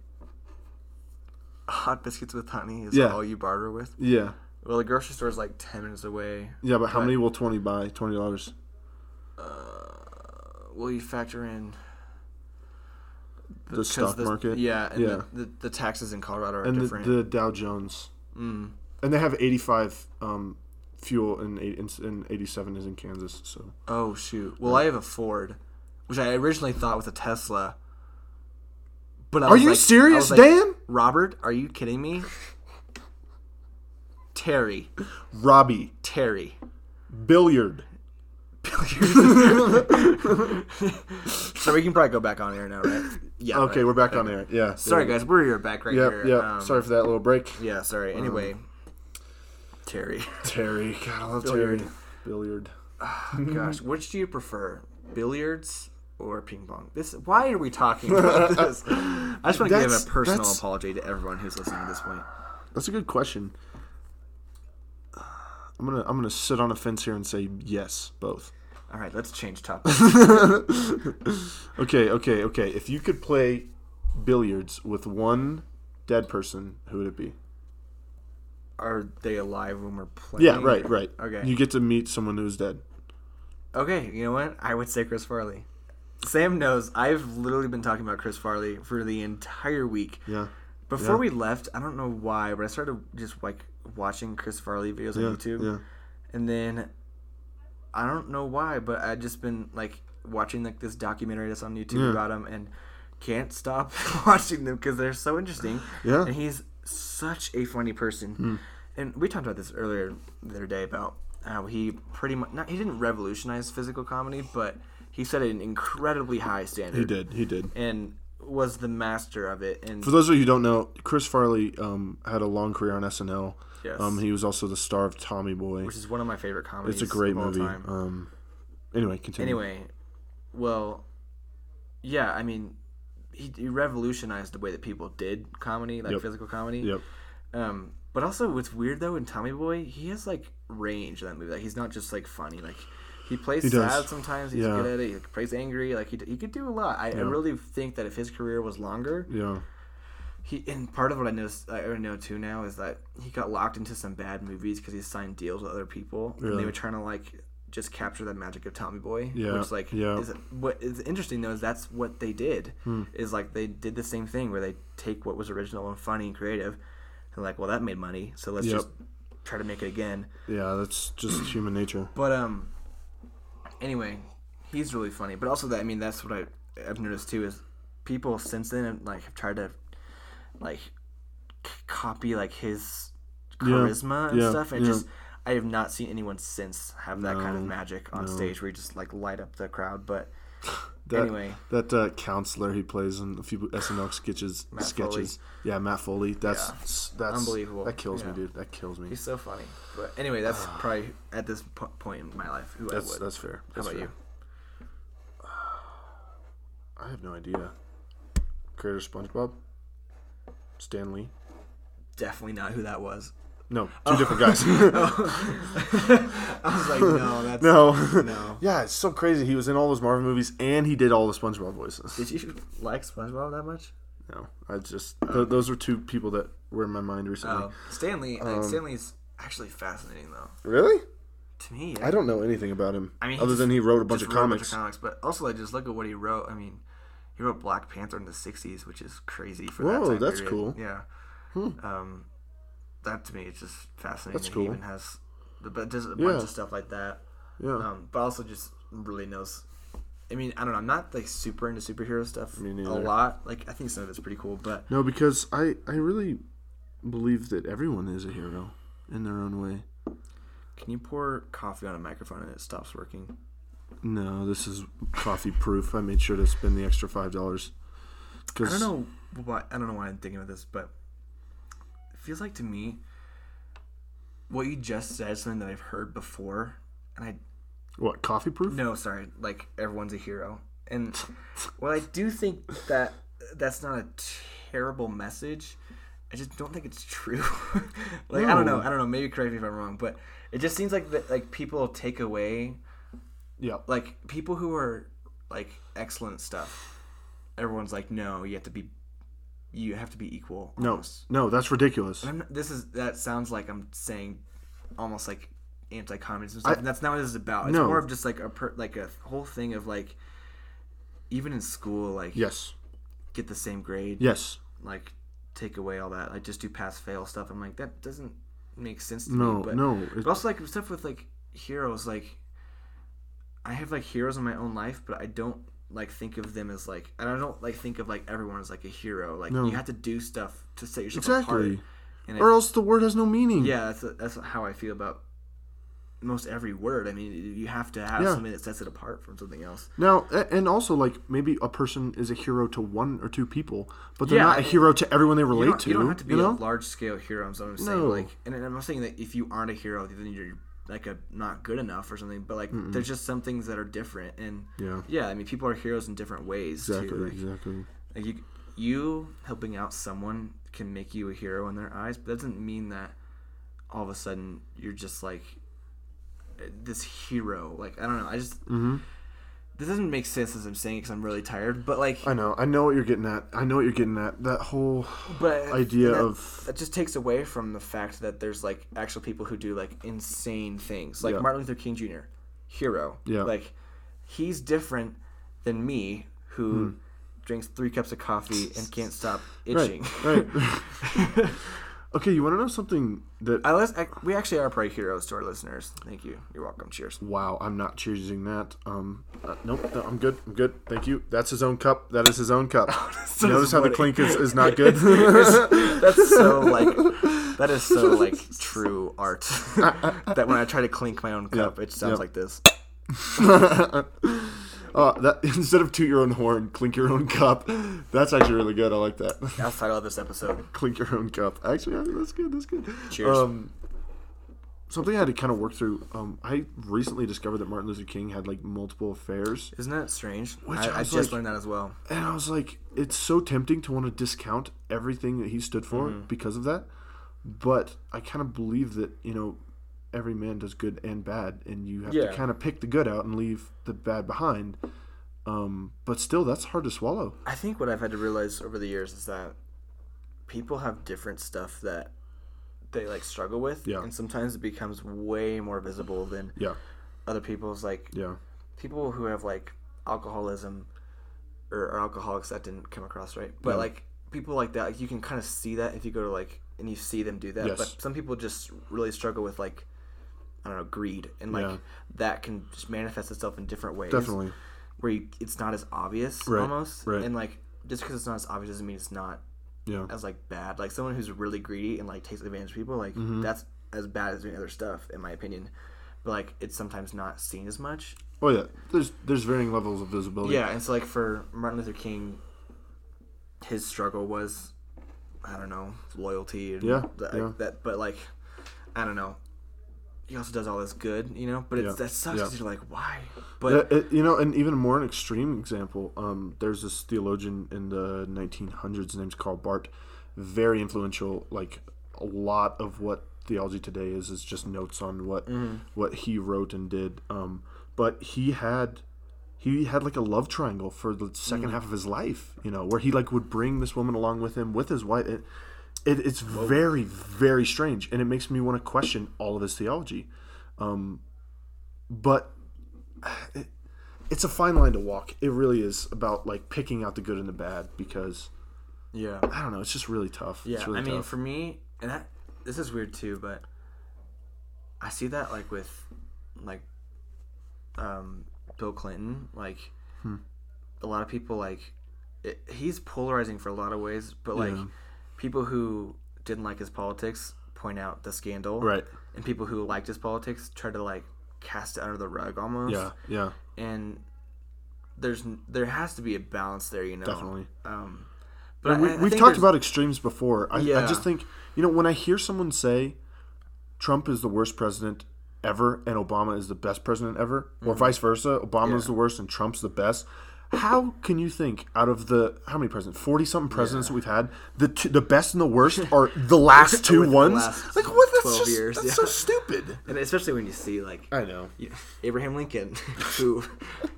Hot biscuits with honey is
Yeah.
all you barter with.
Yeah,
Well, the grocery store is like ten minutes away.
yeah, but how
Right.
many will twenty buy? Twenty dollars.
Will you factor in
The
'cause
stock market.
Yeah, and
yeah,
The, the, the taxes in Colorado are
and the,
different.
the Dow Jones. Mm. And they have eighty-five um, fuel, and, eight, and, and eighty-seven is in Kansas. So
oh shoot! Well, I have a Ford, which I originally thought was a Tesla. But I
are
was
you
like- I
serious,
was like,
Dan?
Robert, are you kidding me? Terry,
Robbie
Terry.
Billiard.
So we can probably go back on air now, right? Yeah.
Okay,
right.
we're back on air. Yeah.
Sorry, guys, we're here back right
Yeah,
here.
yeah.
Um,
Sorry Um, for that little break.
Yeah, sorry. Anyway, Terry.
Terry. God, I love
Billiard.
Terry. Billiard.
Gosh, which do you prefer, billiards or ping pong? This. Why are we talking about this? I just want to give
That's-
a personal
that's-
apology to everyone who's listening at this point.
That's a good question. I'm gonna I'm gonna sit on a fence here and say yes, both.
All right, let's change topic.
Okay, okay, okay. If you could play billiards with one dead person, who would it be?
are they alive when we're playing?
Yeah, right, right.
Okay.
You get to meet someone who's dead.
Okay, you know what? I would say Chris Farley. Sam knows I've literally been talking about Chris Farley for the entire week.
Yeah.
Before
Yeah.
we left, I don't know why, but I started just like watching Chris Farley videos on YouTube.
Yeah.
and then I don't know why, but I just been like watching like this documentary that's on YouTube about him and can't stop watching them because they're so interesting.
Yeah. Hmm.
and he's such a funny person. And we talked about this earlier the other day about how he pretty much not he didn't revolutionize physical comedy, but he set an incredibly high standard.
He did. He did.
and was the master of it. And
For those of you who don't know, Chris Farley um, had a long career on SNL.
yes,
Um, he was also the star of Tommy Boy.
which is one of my favorite comedies.
It's a great
of all
movie.
time.
Um, anyway, continue.
Anyway, well, yeah, I mean, he, he revolutionized the way that people did comedy, like
Yep.
physical comedy.
Yep.
Um, but also, what's weird though in Tommy Boy, he has like range in that movie. Like he's not just like funny. Like he plays
He
sad
does.
sometimes. He's
Yeah.
good at it. He like, plays angry. Like he, d- he could do a lot. I, I really think that if his career was longer,
Yeah.
he and part of what I know I already know too now is that he got locked into some bad movies because he signed deals with other people and
Really?
they were trying to like just capture that magic of Tommy Boy.
Yeah,
which like
yeah. Hmm.
is what is interesting though is that's what they did is like they did the same thing where they take what was original and funny and creative and like well that made money so let's
Yep.
just try to make it again.
Yeah, that's just human nature.
But um, anyway, he's really funny. But also that I mean that's what I I've noticed too is people since then have, like have tried to like c- copy like his charisma and
yeah,
stuff and
yeah.
just I have not seen anyone since have that kind of
No,
magic on stage where you just like light up the crowd. But
That,
Anyway.
that uh, counselor he plays in a few SNL sketches.
Matt
sketches. Yeah, Matt Foley. That's that's
Unbelievable.
That kills me,
Yeah.
dude. That kills me.
he's so funny. But anyway, that's probably at this po- point in my life who I
That's
would.
that's fair.
How
That's
about
fair.
you?
I have no idea. Creator of SpongeBob. Stan Lee.
Definitely not who that was.
No, two
Oh.
different guys.
I was like, no, that's
no.
no.
Yeah, it's so crazy. He was in all those Marvel movies, and he did all the SpongeBob voices.
Did you like SpongeBob that much?
No, I just th- those were two people that were in my mind recently.
Oh, Stanley. I
um,
think Stanley's actually fascinating, though.
Really?
To me,
I don't know anything about him
I mean, he
other
just-
than he wrote a bunch of
just wrote
comics.
but also like just look at what he wrote. I mean, he wrote Black Panther in the '60s, which is crazy for that
Whoa,
time
that's
period.
cool. Hmm.
Yeah. Um, that to me is just fascinating.
That's
that
cool.
He even has, but does a
Yeah.
bunch of stuff like that.
Yeah,
Um, but also just really knows. I mean, I don't know. I'm not like super into superhero stuff
Me
a
neither.
lot. Like, I think some of it's pretty cool, but
no, because I I really believe that everyone is a hero in their own way.
can you pour coffee on a microphone and it stops working?
No, this is coffee proof. I made sure to spend the extra five dollars.
I don't know why I don't know why I'm thinking of this, but it feels like to me what you just said is something that I've heard before and I
what coffee proof.
no, sorry, like everyone's a hero. And while I do think that that's not a terrible message, I just don't think it's true. like I don't know, I don't know, maybe correct me if I'm wrong, but it just seems like that like people take away
Yeah,
like people who are like excellent stuff everyone's like no you have to be you have to be equal
no,
almost.
no, that's ridiculous.
I'm not- this is that sounds like i'm saying almost like anti-communism stuff, and that's not what this is about it's
No.
more of just like a per, like a whole thing of like even in school like
Yes,
get the same grade
yes,
like take away all that like just do pass fail stuff i'm like that doesn't make sense to
no,
me but
no. It-
but also like stuff with like heroes, like I have like heroes in my own life, but I don't like think of them as like, and I don't like think of like everyone as like a hero. Like
No.
you have to do stuff to set yourself apart.
exactly,
And
or
it,
else the word has no meaning.
yeah, that's that's how I feel about most every word. I mean, you have to have
Yeah.
something that sets it apart from something else.
Now, a- and also like maybe a person is a hero to one or two people, but they're
Yeah,
not
I
a
mean,
hero to everyone they
You
relate
don't,
to.
you don't have to be
you know?
a large scale hero. That's what I'm saying.
No.
Like, and I'm not saying that if you aren't a hero, then you're like a not good enough or something. But like, there's just some things that are different. And
Yeah.
yeah. I mean, people are heroes in different ways
exactly,
too. Like,
exactly.
like you, you helping out someone can make you a hero in their eyes, but that doesn't mean that all of a sudden you're just like uh, this hero. Like I don't know. I just
Mm-hmm.
this doesn't make sense as I'm saying because I'm really tired. But like,
I know, I know what you're getting at. I know what you're getting at. That whole
but
idea
that-
of
that just takes away from the fact that there's like actual people who do like insane things like
Yeah.
martin luther king jr hero
Yeah.
like he's different than me who drinks three cups of coffee and can't stop itching
Hmm. right, right. okay, you want to know something that?
I let's, I, we actually are probably heroes to our listeners thank you you're welcome cheers
wow, I'm not choosing that. Um, uh, nope, no, I'm good. I'm good. Thank you. That's his own cup. That is his own cup.
so
Notice how the
disappointing.
clink is, is not good.
that's so like that is so like true art that when i try to clink my own cup it sounds
yep.
like this
Uh, that instead of toot your own horn, clink your own cup. That's actually really good. I like that.
That's the title of this episode.
clink your own cup. Actually, I think that's good. That's good.
Cheers.
Um, something I had to kind of work through. Um, I recently discovered that Martin Luther King had like multiple affairs,
Isn't that strange?
Which
I,
I
I
was
just
like-
learned that as well.
and I was like, it's so tempting to want to discount everything that he stood for
Mm-hmm.
because of that. But I kind of believe that you know every man does good and bad, and you have
Yeah.
to kind of pick the good out and leave the bad behind. Um, but still, that's hard to swallow.
I think what I've had to realize over the years is that people have different stuff that they like struggle with,
Yeah.
and sometimes it becomes way more visible than
Yeah,
other people's. Like
yeah,
people who have like alcoholism or, or alcoholics that didn't come across right, but like people like that, like, you can kind of see that if you go to like and you see them do that.
Yes.
But some people just really struggle with like I don't know greed, and like
Yeah.
that can just manifest itself in different ways
definitely.
where you, it's not as obvious
Right,
almost
right.
and like just because it's not as obvious doesn't mean it's not
Yeah,
as like bad like someone who's really greedy and like takes advantage of people like
Mm-hmm.
that's as bad as doing other stuff in my opinion but like it's sometimes not seen as much
Oh yeah, there's there's varying levels of visibility.
yeah and so like for martin luther king his struggle was i don't know loyalty and
Yeah,
that,
yeah.
that but like i don't know he also does all this good you know but it's,
Yeah,
that sucks
yeah.
'cause you're like why but
Uh, it- you know, and even more an extreme example. Um, there's this theologian in the 1900s. His name's Karl Barth. Very influential. Like a lot of what theology today is is just notes on what what he wrote and did. Um, but he had he had like a love triangle for the second half of his life. You know, where he like would bring this woman along with him with his wife. It, it, it's very very strange, and it makes me want to question all of his theology. Um, but it's a fine line to walk. It really is about like picking out the good and the bad because
yeah
I don't know. It's just really tough.
Yeah,
it's really
I mean,
tough.
for me, and that this is weird too, but I see that like with like um, Bill Clinton, like
Hmm.
a lot of people like it, he's polarizing for a lot of ways, but like
Yeah.
people who didn't like his politics point out the scandal,
Right.
And people who liked his politics try to like cast it under the rug almost,
yeah, yeah,
And there's n- there has to be a balance there, you know.
definitely.
Um,
And we,
I- I
we've
think
talked
there's-
about extremes before. I, I
Yeah.
just think you know when I hear someone say Trump is the worst president ever and Obama is the best president ever,
Mm-hmm.
or vice versa, Obama is the worst and Trump's the best. How can you think out of the how many presidents, forty something presidents that we've had, the two, the best and the worst are the last two
Within the
ones?
last
like what? That's
12
just
years,
that's
yeah.
so stupid.
and especially when you see like
I know.
Abraham Lincoln, who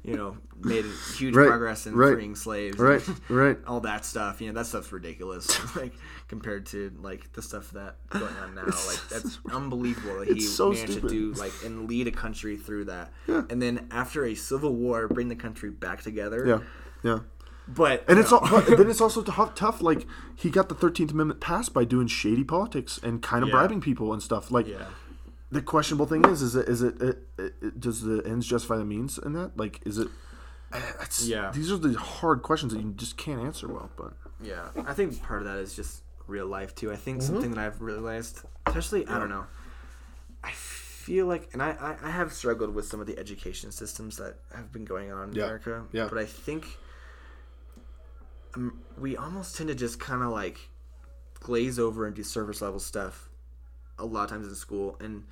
you know made huge
Right,
progress in
right,
freeing slaves,
Right,
and
right.
all that stuff. You know that stuff's ridiculous, like compared to like the stuff that going on now. like that's unbelievable that he
It's so
managed
stupid.
to do like and lead a country through that, and then after a civil war, bring the country back together.
Yeah, yeah.
but
And it's all, but then it's also tough, tough. Like he got the Thirteenth Amendment passed by doing shady politics and kind of
Yeah.
bribing people and stuff. Like
Yeah.
the questionable thing is, is it, is it, it, it, does the ends justify the means in that? Like, is it? eh, It's,
Yeah.
These are the hard questions that you just can't answer well. But
Yeah, I think part of that is just real life too. I
Mm-hmm.
think something that I've realized, especially I don't know, I feel like, and I, I I have struggled with some of the education systems that have been going on in
Yeah,
America.
yeah.
But I think um, we almost tend to just kind of like glaze over and do service level stuff a lot of times in school and.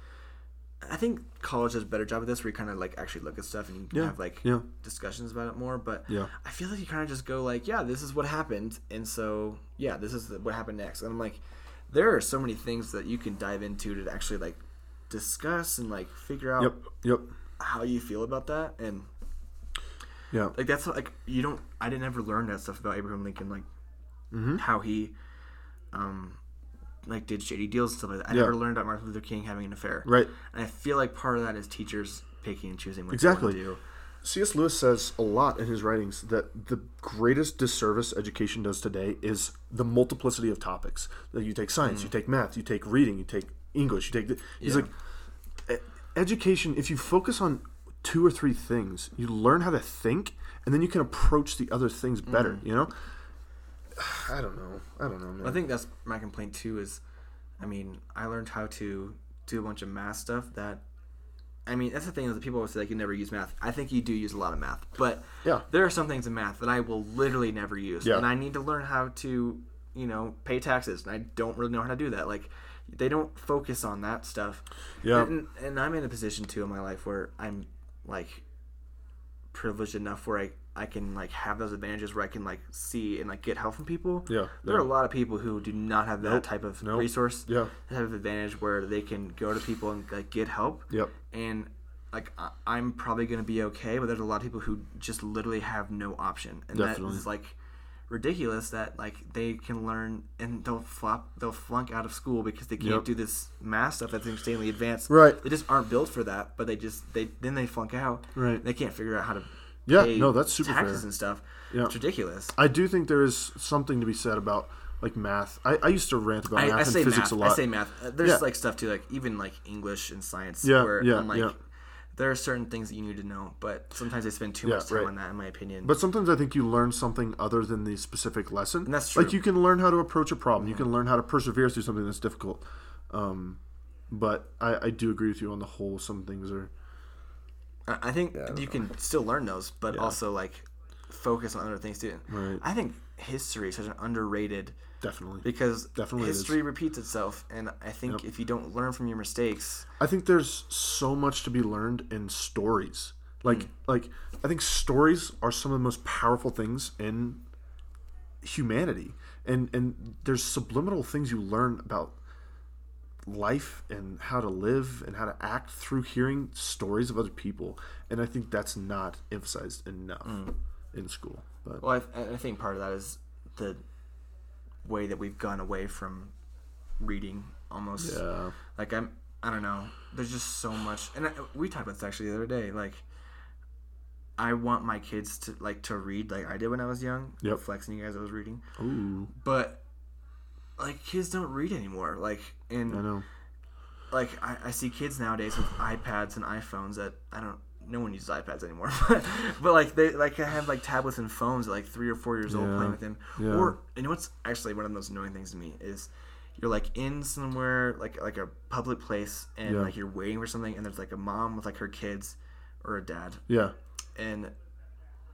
I think college does a better job of this, where you kind of like actually look at stuff and you can
Yeah,
have like
yeah.
discussions about it more. But
Yeah.
I feel like you kind of just go like, yeah, this is what happened, and so yeah, this is what happened next. And I'm like, there are so many things that you can dive into to actually like discuss and like figure out
yep, yep,
how you feel about that. And
yeah,
like that's like you don't. I didn't ever learn that stuff about Abraham Lincoln, like
Mm-hmm.
how he, um, like did shady deals and stuff like that. I
Yeah.
never learned about Martin Luther King having an affair.
right.
And I feel like part of that is teachers picking and choosing what
Exactly.
they want to do.
C.S. Lewis says a lot in his writings that the greatest disservice education does today is the multiplicity of topics. That you take science,
Mm.
you take math, you take reading, you take English, you take. The, he's like, "E- education. If you focus on two or three things, you learn how to think, and then you can approach the other things better.
Mm.
You know. I don't know. I don't know, man.
I think that's my complaint too. Is, I mean, I learned how to do a bunch of math stuff that I mean, that's the thing is that people always say like you never use math. I think you do use a lot of math, but
Yeah.
there are some things in math that I will literally never use,
Yeah.
and I need to learn how to, you know, pay taxes, and I don't really know how to do that. Like, they don't focus on that stuff.
Yeah.
and, and I'm in a position too in my life where I'm like privileged enough where I I can like have those advantages where I can like see and like get help from people.
Yeah,
there are a
yeah.
lot of people who do not have that type of
nope,
resource.
yeah.
that type of advantage where they can go to people and like get help.
Yep.
and. Like I- I'm probably gonna be okay, but there's a lot of people who just literally have no option, and
Definitely.
that is like ridiculous. That like they can learn and they'll flop, they'll flunk out of school because they can't
Yep.
do this math stuff that's insanely advanced.
Right.
They just aren't built for that, but they just they then they flunk out.
Right.
They can't figure out how to.
Yeah,
pay
no, that's super
taxes
fair.
and stuff.
Yeah.
It's ridiculous.
I do think there is something to be said about like math. I, I used to rant about
I,
math
I
and
say
physics
math.
a lot.
I say math. Uh, There's
Yeah.
like stuff too, like even like English and science.
Yeah,
Where
yeah,
I'm like,
yeah.
There are certain things that you need to know, but sometimes they spend too
Yeah,
much time
right.
on that, in my opinion.
But sometimes I think you learn something other than the specific lesson.
And that's
Like
true.
you can learn how to approach a problem. You can learn how to persevere through something that's difficult. Um, but I, I do agree with you on the whole. Some things are
I I think you can still learn those, but also like focus on other things too.
Right.
I think history is such an underrated
definitely.
because
Definitely it is.
history repeats itself, and I think if you don't learn from your mistakes,
I think there's so much to be learned in stories. Like
Hmm.
like I think stories are some of the most powerful things in humanity. And and there's subliminal things you learn about life and how to live and how to act through hearing stories of other people. And I think that's not emphasized enough in school. But
Hmm. well, I, I think part of that is the way that we've gone away from reading almost.
yeah.
Like I'm, I don't know. There's just so much, and I, we talked about this actually the other day. Like, I want my kids to like to read like I did when I was young.
Yep.
Flexing you guys, I was reading.
Ooh,
but like kids don't read anymore like
I
and
know.
like I, I see kids nowadays with ipads and iphones that i don't no one uses ipads anymore but, but like they like i have like tablets and phones at like three or four years old
Yeah.
playing with them
Yeah.
or you know what's actually one of the most annoying things to me is you're like in somewhere like like a public place and
Yeah.
like you're waiting for something and there's like a mom with like her kids or a dad
Yeah.
and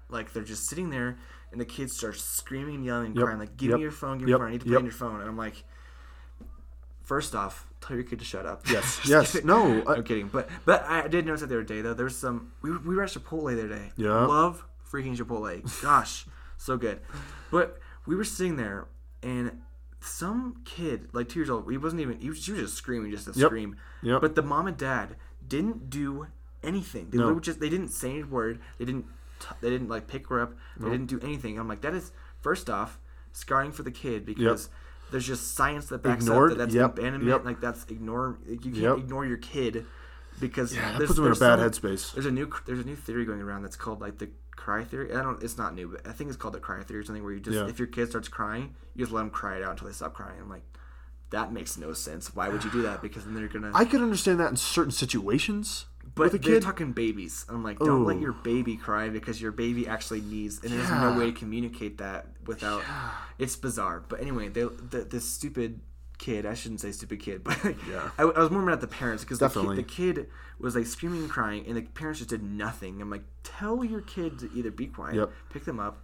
like they're just sitting there and the kids start screaming and yelling and
Yep.
crying like give
Yep.
me your phone give me
Yep.
your phone i need to play on
Yep.
your phone and i'm like first off tell your kid to shut up
Yes. yes. No. I,
i'm kidding but but i did notice that the other day though there's some we, we were at chipotle the other day
Yeah.
love freaking chipotle gosh so good but we were sitting there and some kid like two years old he wasn't even he was, she was just screaming just to
Yep.
scream
Yep.
but the mom and dad didn't do anything. They literally just they didn't say any word. They didn't t- they didn't like pick her up. They didn't do anything. I'm like that is first off scarring for the kid because there's just science that backs
Ignored,
up that that's
yep,
abandonment.
yep.
Like that's ignore you can't
Yep.
ignore your kid because yeah,
that puts them in a bad headspace.
There's a new cr- there's a new theory going around that's called like the cry theory. I don't it's not new, but I think it's called the cry theory or something where you just
Yeah.
if your kid starts crying, you just let them cry it out until they stop crying. I'm like that makes no sense. Why would you do that? Because then they're gonna
I could understand that in certain situations.
but
with a
they're
kid,
talking babies. I'm like, don't let
Ooh.
your baby cry because your baby actually needs, and there's no
Yeah.
way to communicate that without. It's bizarre. But anyway, they, the this stupid kid. I shouldn't say stupid kid, but I, I was more mad at the parents because the kid,
Definitely.
the kid was like screaming and crying, and the parents just did nothing. I'm like, tell your kid to either be quiet,
Yep.
pick them up.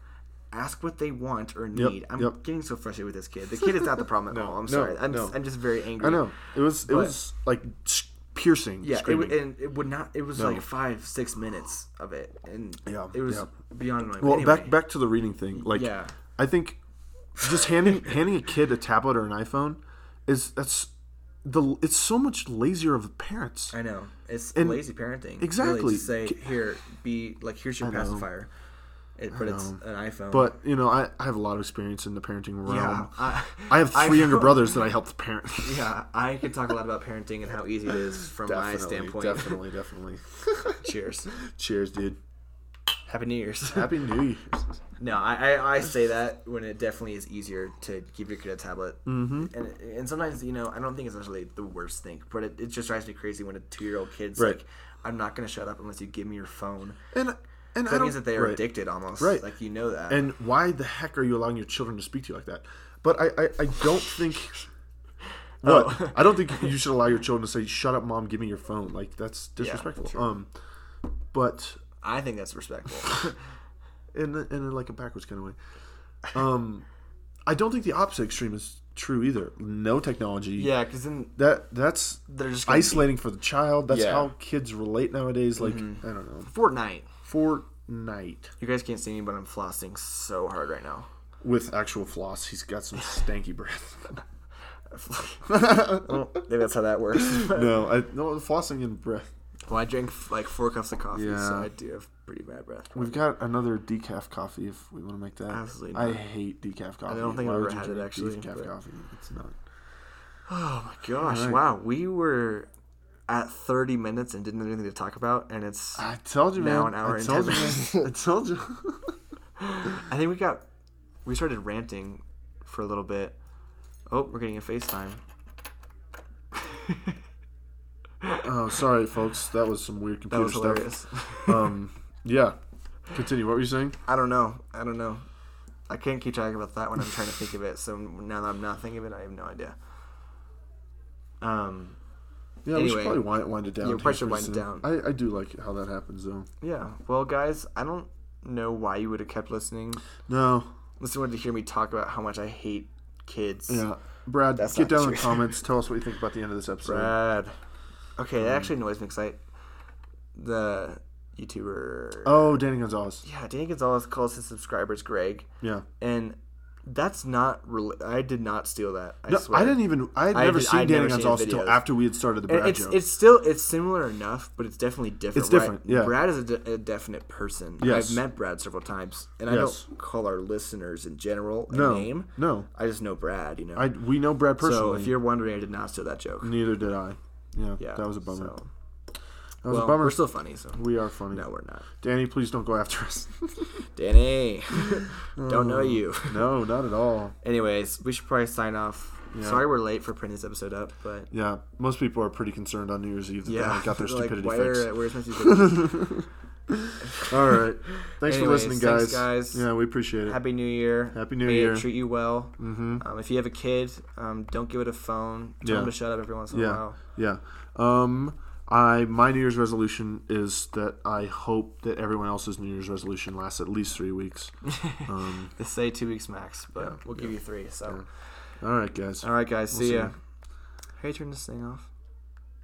Ask what they want or need. I'm
yep.
getting so frustrated with this kid. The kid is not the problem at all. I'm
no,
sorry. I'm,
no.
I'm just very angry.
I know it was it was like s- piercing.
Yeah, it,
screaming.
w- and it would not. It was
No.
like five, six minutes of it, and
Yeah,
it was
yeah.
beyond annoying.
well,
anyway,
back back to the reading thing. Like,
Yeah.
I think just handing handing a kid a tablet or an iPhone is that's the it's so much lazier of the parents.
I know it's
and-
lazy parenting.
exactly.
really, to say
Ki-
here, be like here's your
know.
pacifier, it, but it's an iPhone.
But you know, I, I have a lot of experience in the parenting realm.
yeah, I,
I have
I
three younger
know.
brothers that I helped parent.
yeah, I could talk a lot about parenting and how easy it is from my standpoint.
definitely, definitely.
Cheers.
Cheers, dude.
Happy New Year's.
Happy New Year's.
No, I, I, I say that when it definitely is easier to give your kid a tablet. Mm-hmm. And, and sometimes, you know, I don't think it's necessarily the worst thing, but it, it just drives me crazy when a two year old kid's
Right.
like, I'm not going to shut up unless you give me your phone.
And and I
That
don't-
means that they are
right.
addicted almost.
Right.
Like, you know that.
And why the heck are you allowing your children to speak to you like that? But I, I, I don't think What?
Oh.
I don't think you should allow your children to say, "Shut up, mom, give me your phone." Like that's disrespectful.
sure.
um, but
I think that's respectful.
in a- in a, like a backwards kind of way. Um, I don't think the opposite extreme is true either. No technology.
yeah, because then
That that's
they're just gonna be-
isolating for the child. That's
Yeah. Mm-hmm.
how kids relate nowadays. Like I don't know.
Fortnite.
Fortnite
You guys can't see me, but I'm flossing so hard right now.
with actual floss. He's got some stanky breath.
Well, maybe that's how that works.
no, I no flossing in breath.
well, I drank f- like four cups of coffee, so
Yeah.
I do have pretty bad breath.
We've got another decaf coffee if we want to make that.
Absolutely
I
not.
hate decaf coffee.
don't think
Why
I've
would
ever
you
had it,
drink
actually,
Decaf
but-
coffee. It's not.
Oh my gosh! Wow, we were at 30 minutes and didn't have anything to talk about, and it's.
I told you, man.
Now an hour
I
and
told
ten
you. Man. I told you.
I think we got. We started ranting for a little bit. Oh, we're getting a FaceTime.
oh, sorry, folks. That was some weird
That
computer
was
stuff.
hilarious.
Um, yeah. Continue. What were you saying?
I don't know. I don't know. I can't keep track about that when I'm trying to think of it. So now that I'm not thinking of it, I have no idea. Um.
Yeah, we
Anyway.
should probably wind, wind it down.
Yeah, we
here
probably should
pretty
wind it
soon. I, I do like how that happens, though.
Yeah. Well, guys, I don't know why you would have kept listening.
No.
Unless you wanted to hear me talk about how much I hate kids.
Yeah. Brad,
That's
get
not
down in
true.
the comments. Tell us what you think about the end of this episode.
Brad. Okay,
Hmm.
that actually annoys me because I, the YouTuber.
Oh, Danny Gonzalez.
Yeah, Danny Gonzalez calls his subscribers Greg,
Yeah.
and that's not. Rela- I did not steal that. I
No,
swear.
I didn't even. I had
I
never
did-
seen
I'd
Danny
never seen his
Gonzalez until
videos.
after we had started the
And
Brad
it's
joke.
it's still it's similar enough, but it's definitely different.
It's
Brad-
different, yeah.
Brad is a, de- a definite person.
Yes.
I've met Brad several times, and
Yes.
I don't call our listeners in general a
no,
name.
no.
I just know Brad. You know.
I we know Brad
so
personally.
if you're wondering, I did not steal that joke.
Neither did I. Yeah,
Yeah,
that was a bummer.
so-
that was
well,
a bummer.
We're still funny, so
we are funny.
no, we're not.
Danny, please don't go after us.
Danny,
Mm.
don't know you.
no, not at all.
Anyways, we should probably sign off. Sorry we're late for printing this episode up, but
Yeah, most people are pretty concerned on New Year's Eve that they
yeah,
haven't got their
like,
stupidity
why
fixed.
are- where's my stupidity?
All right. Thanks for
Anyways,
listening, guys.
thanks, guys.
Yeah, we appreciate it.
Happy New Year.
Happy New
May it
Year.
treat you well. Mm-hmm. Um, if you have a kid, um, don't give it a phone. Tell
Yeah.
them to shut up every once in a
yeah,
while.
yeah. Um, I my New Year's resolution is that I hope that everyone else's New Year's resolution lasts at least three weeks. Um,
They say two weeks max, but we'll give you three. So,
all right, guys.
all right, guys, see
see
ya.
ya.
Hey, turn this thing off.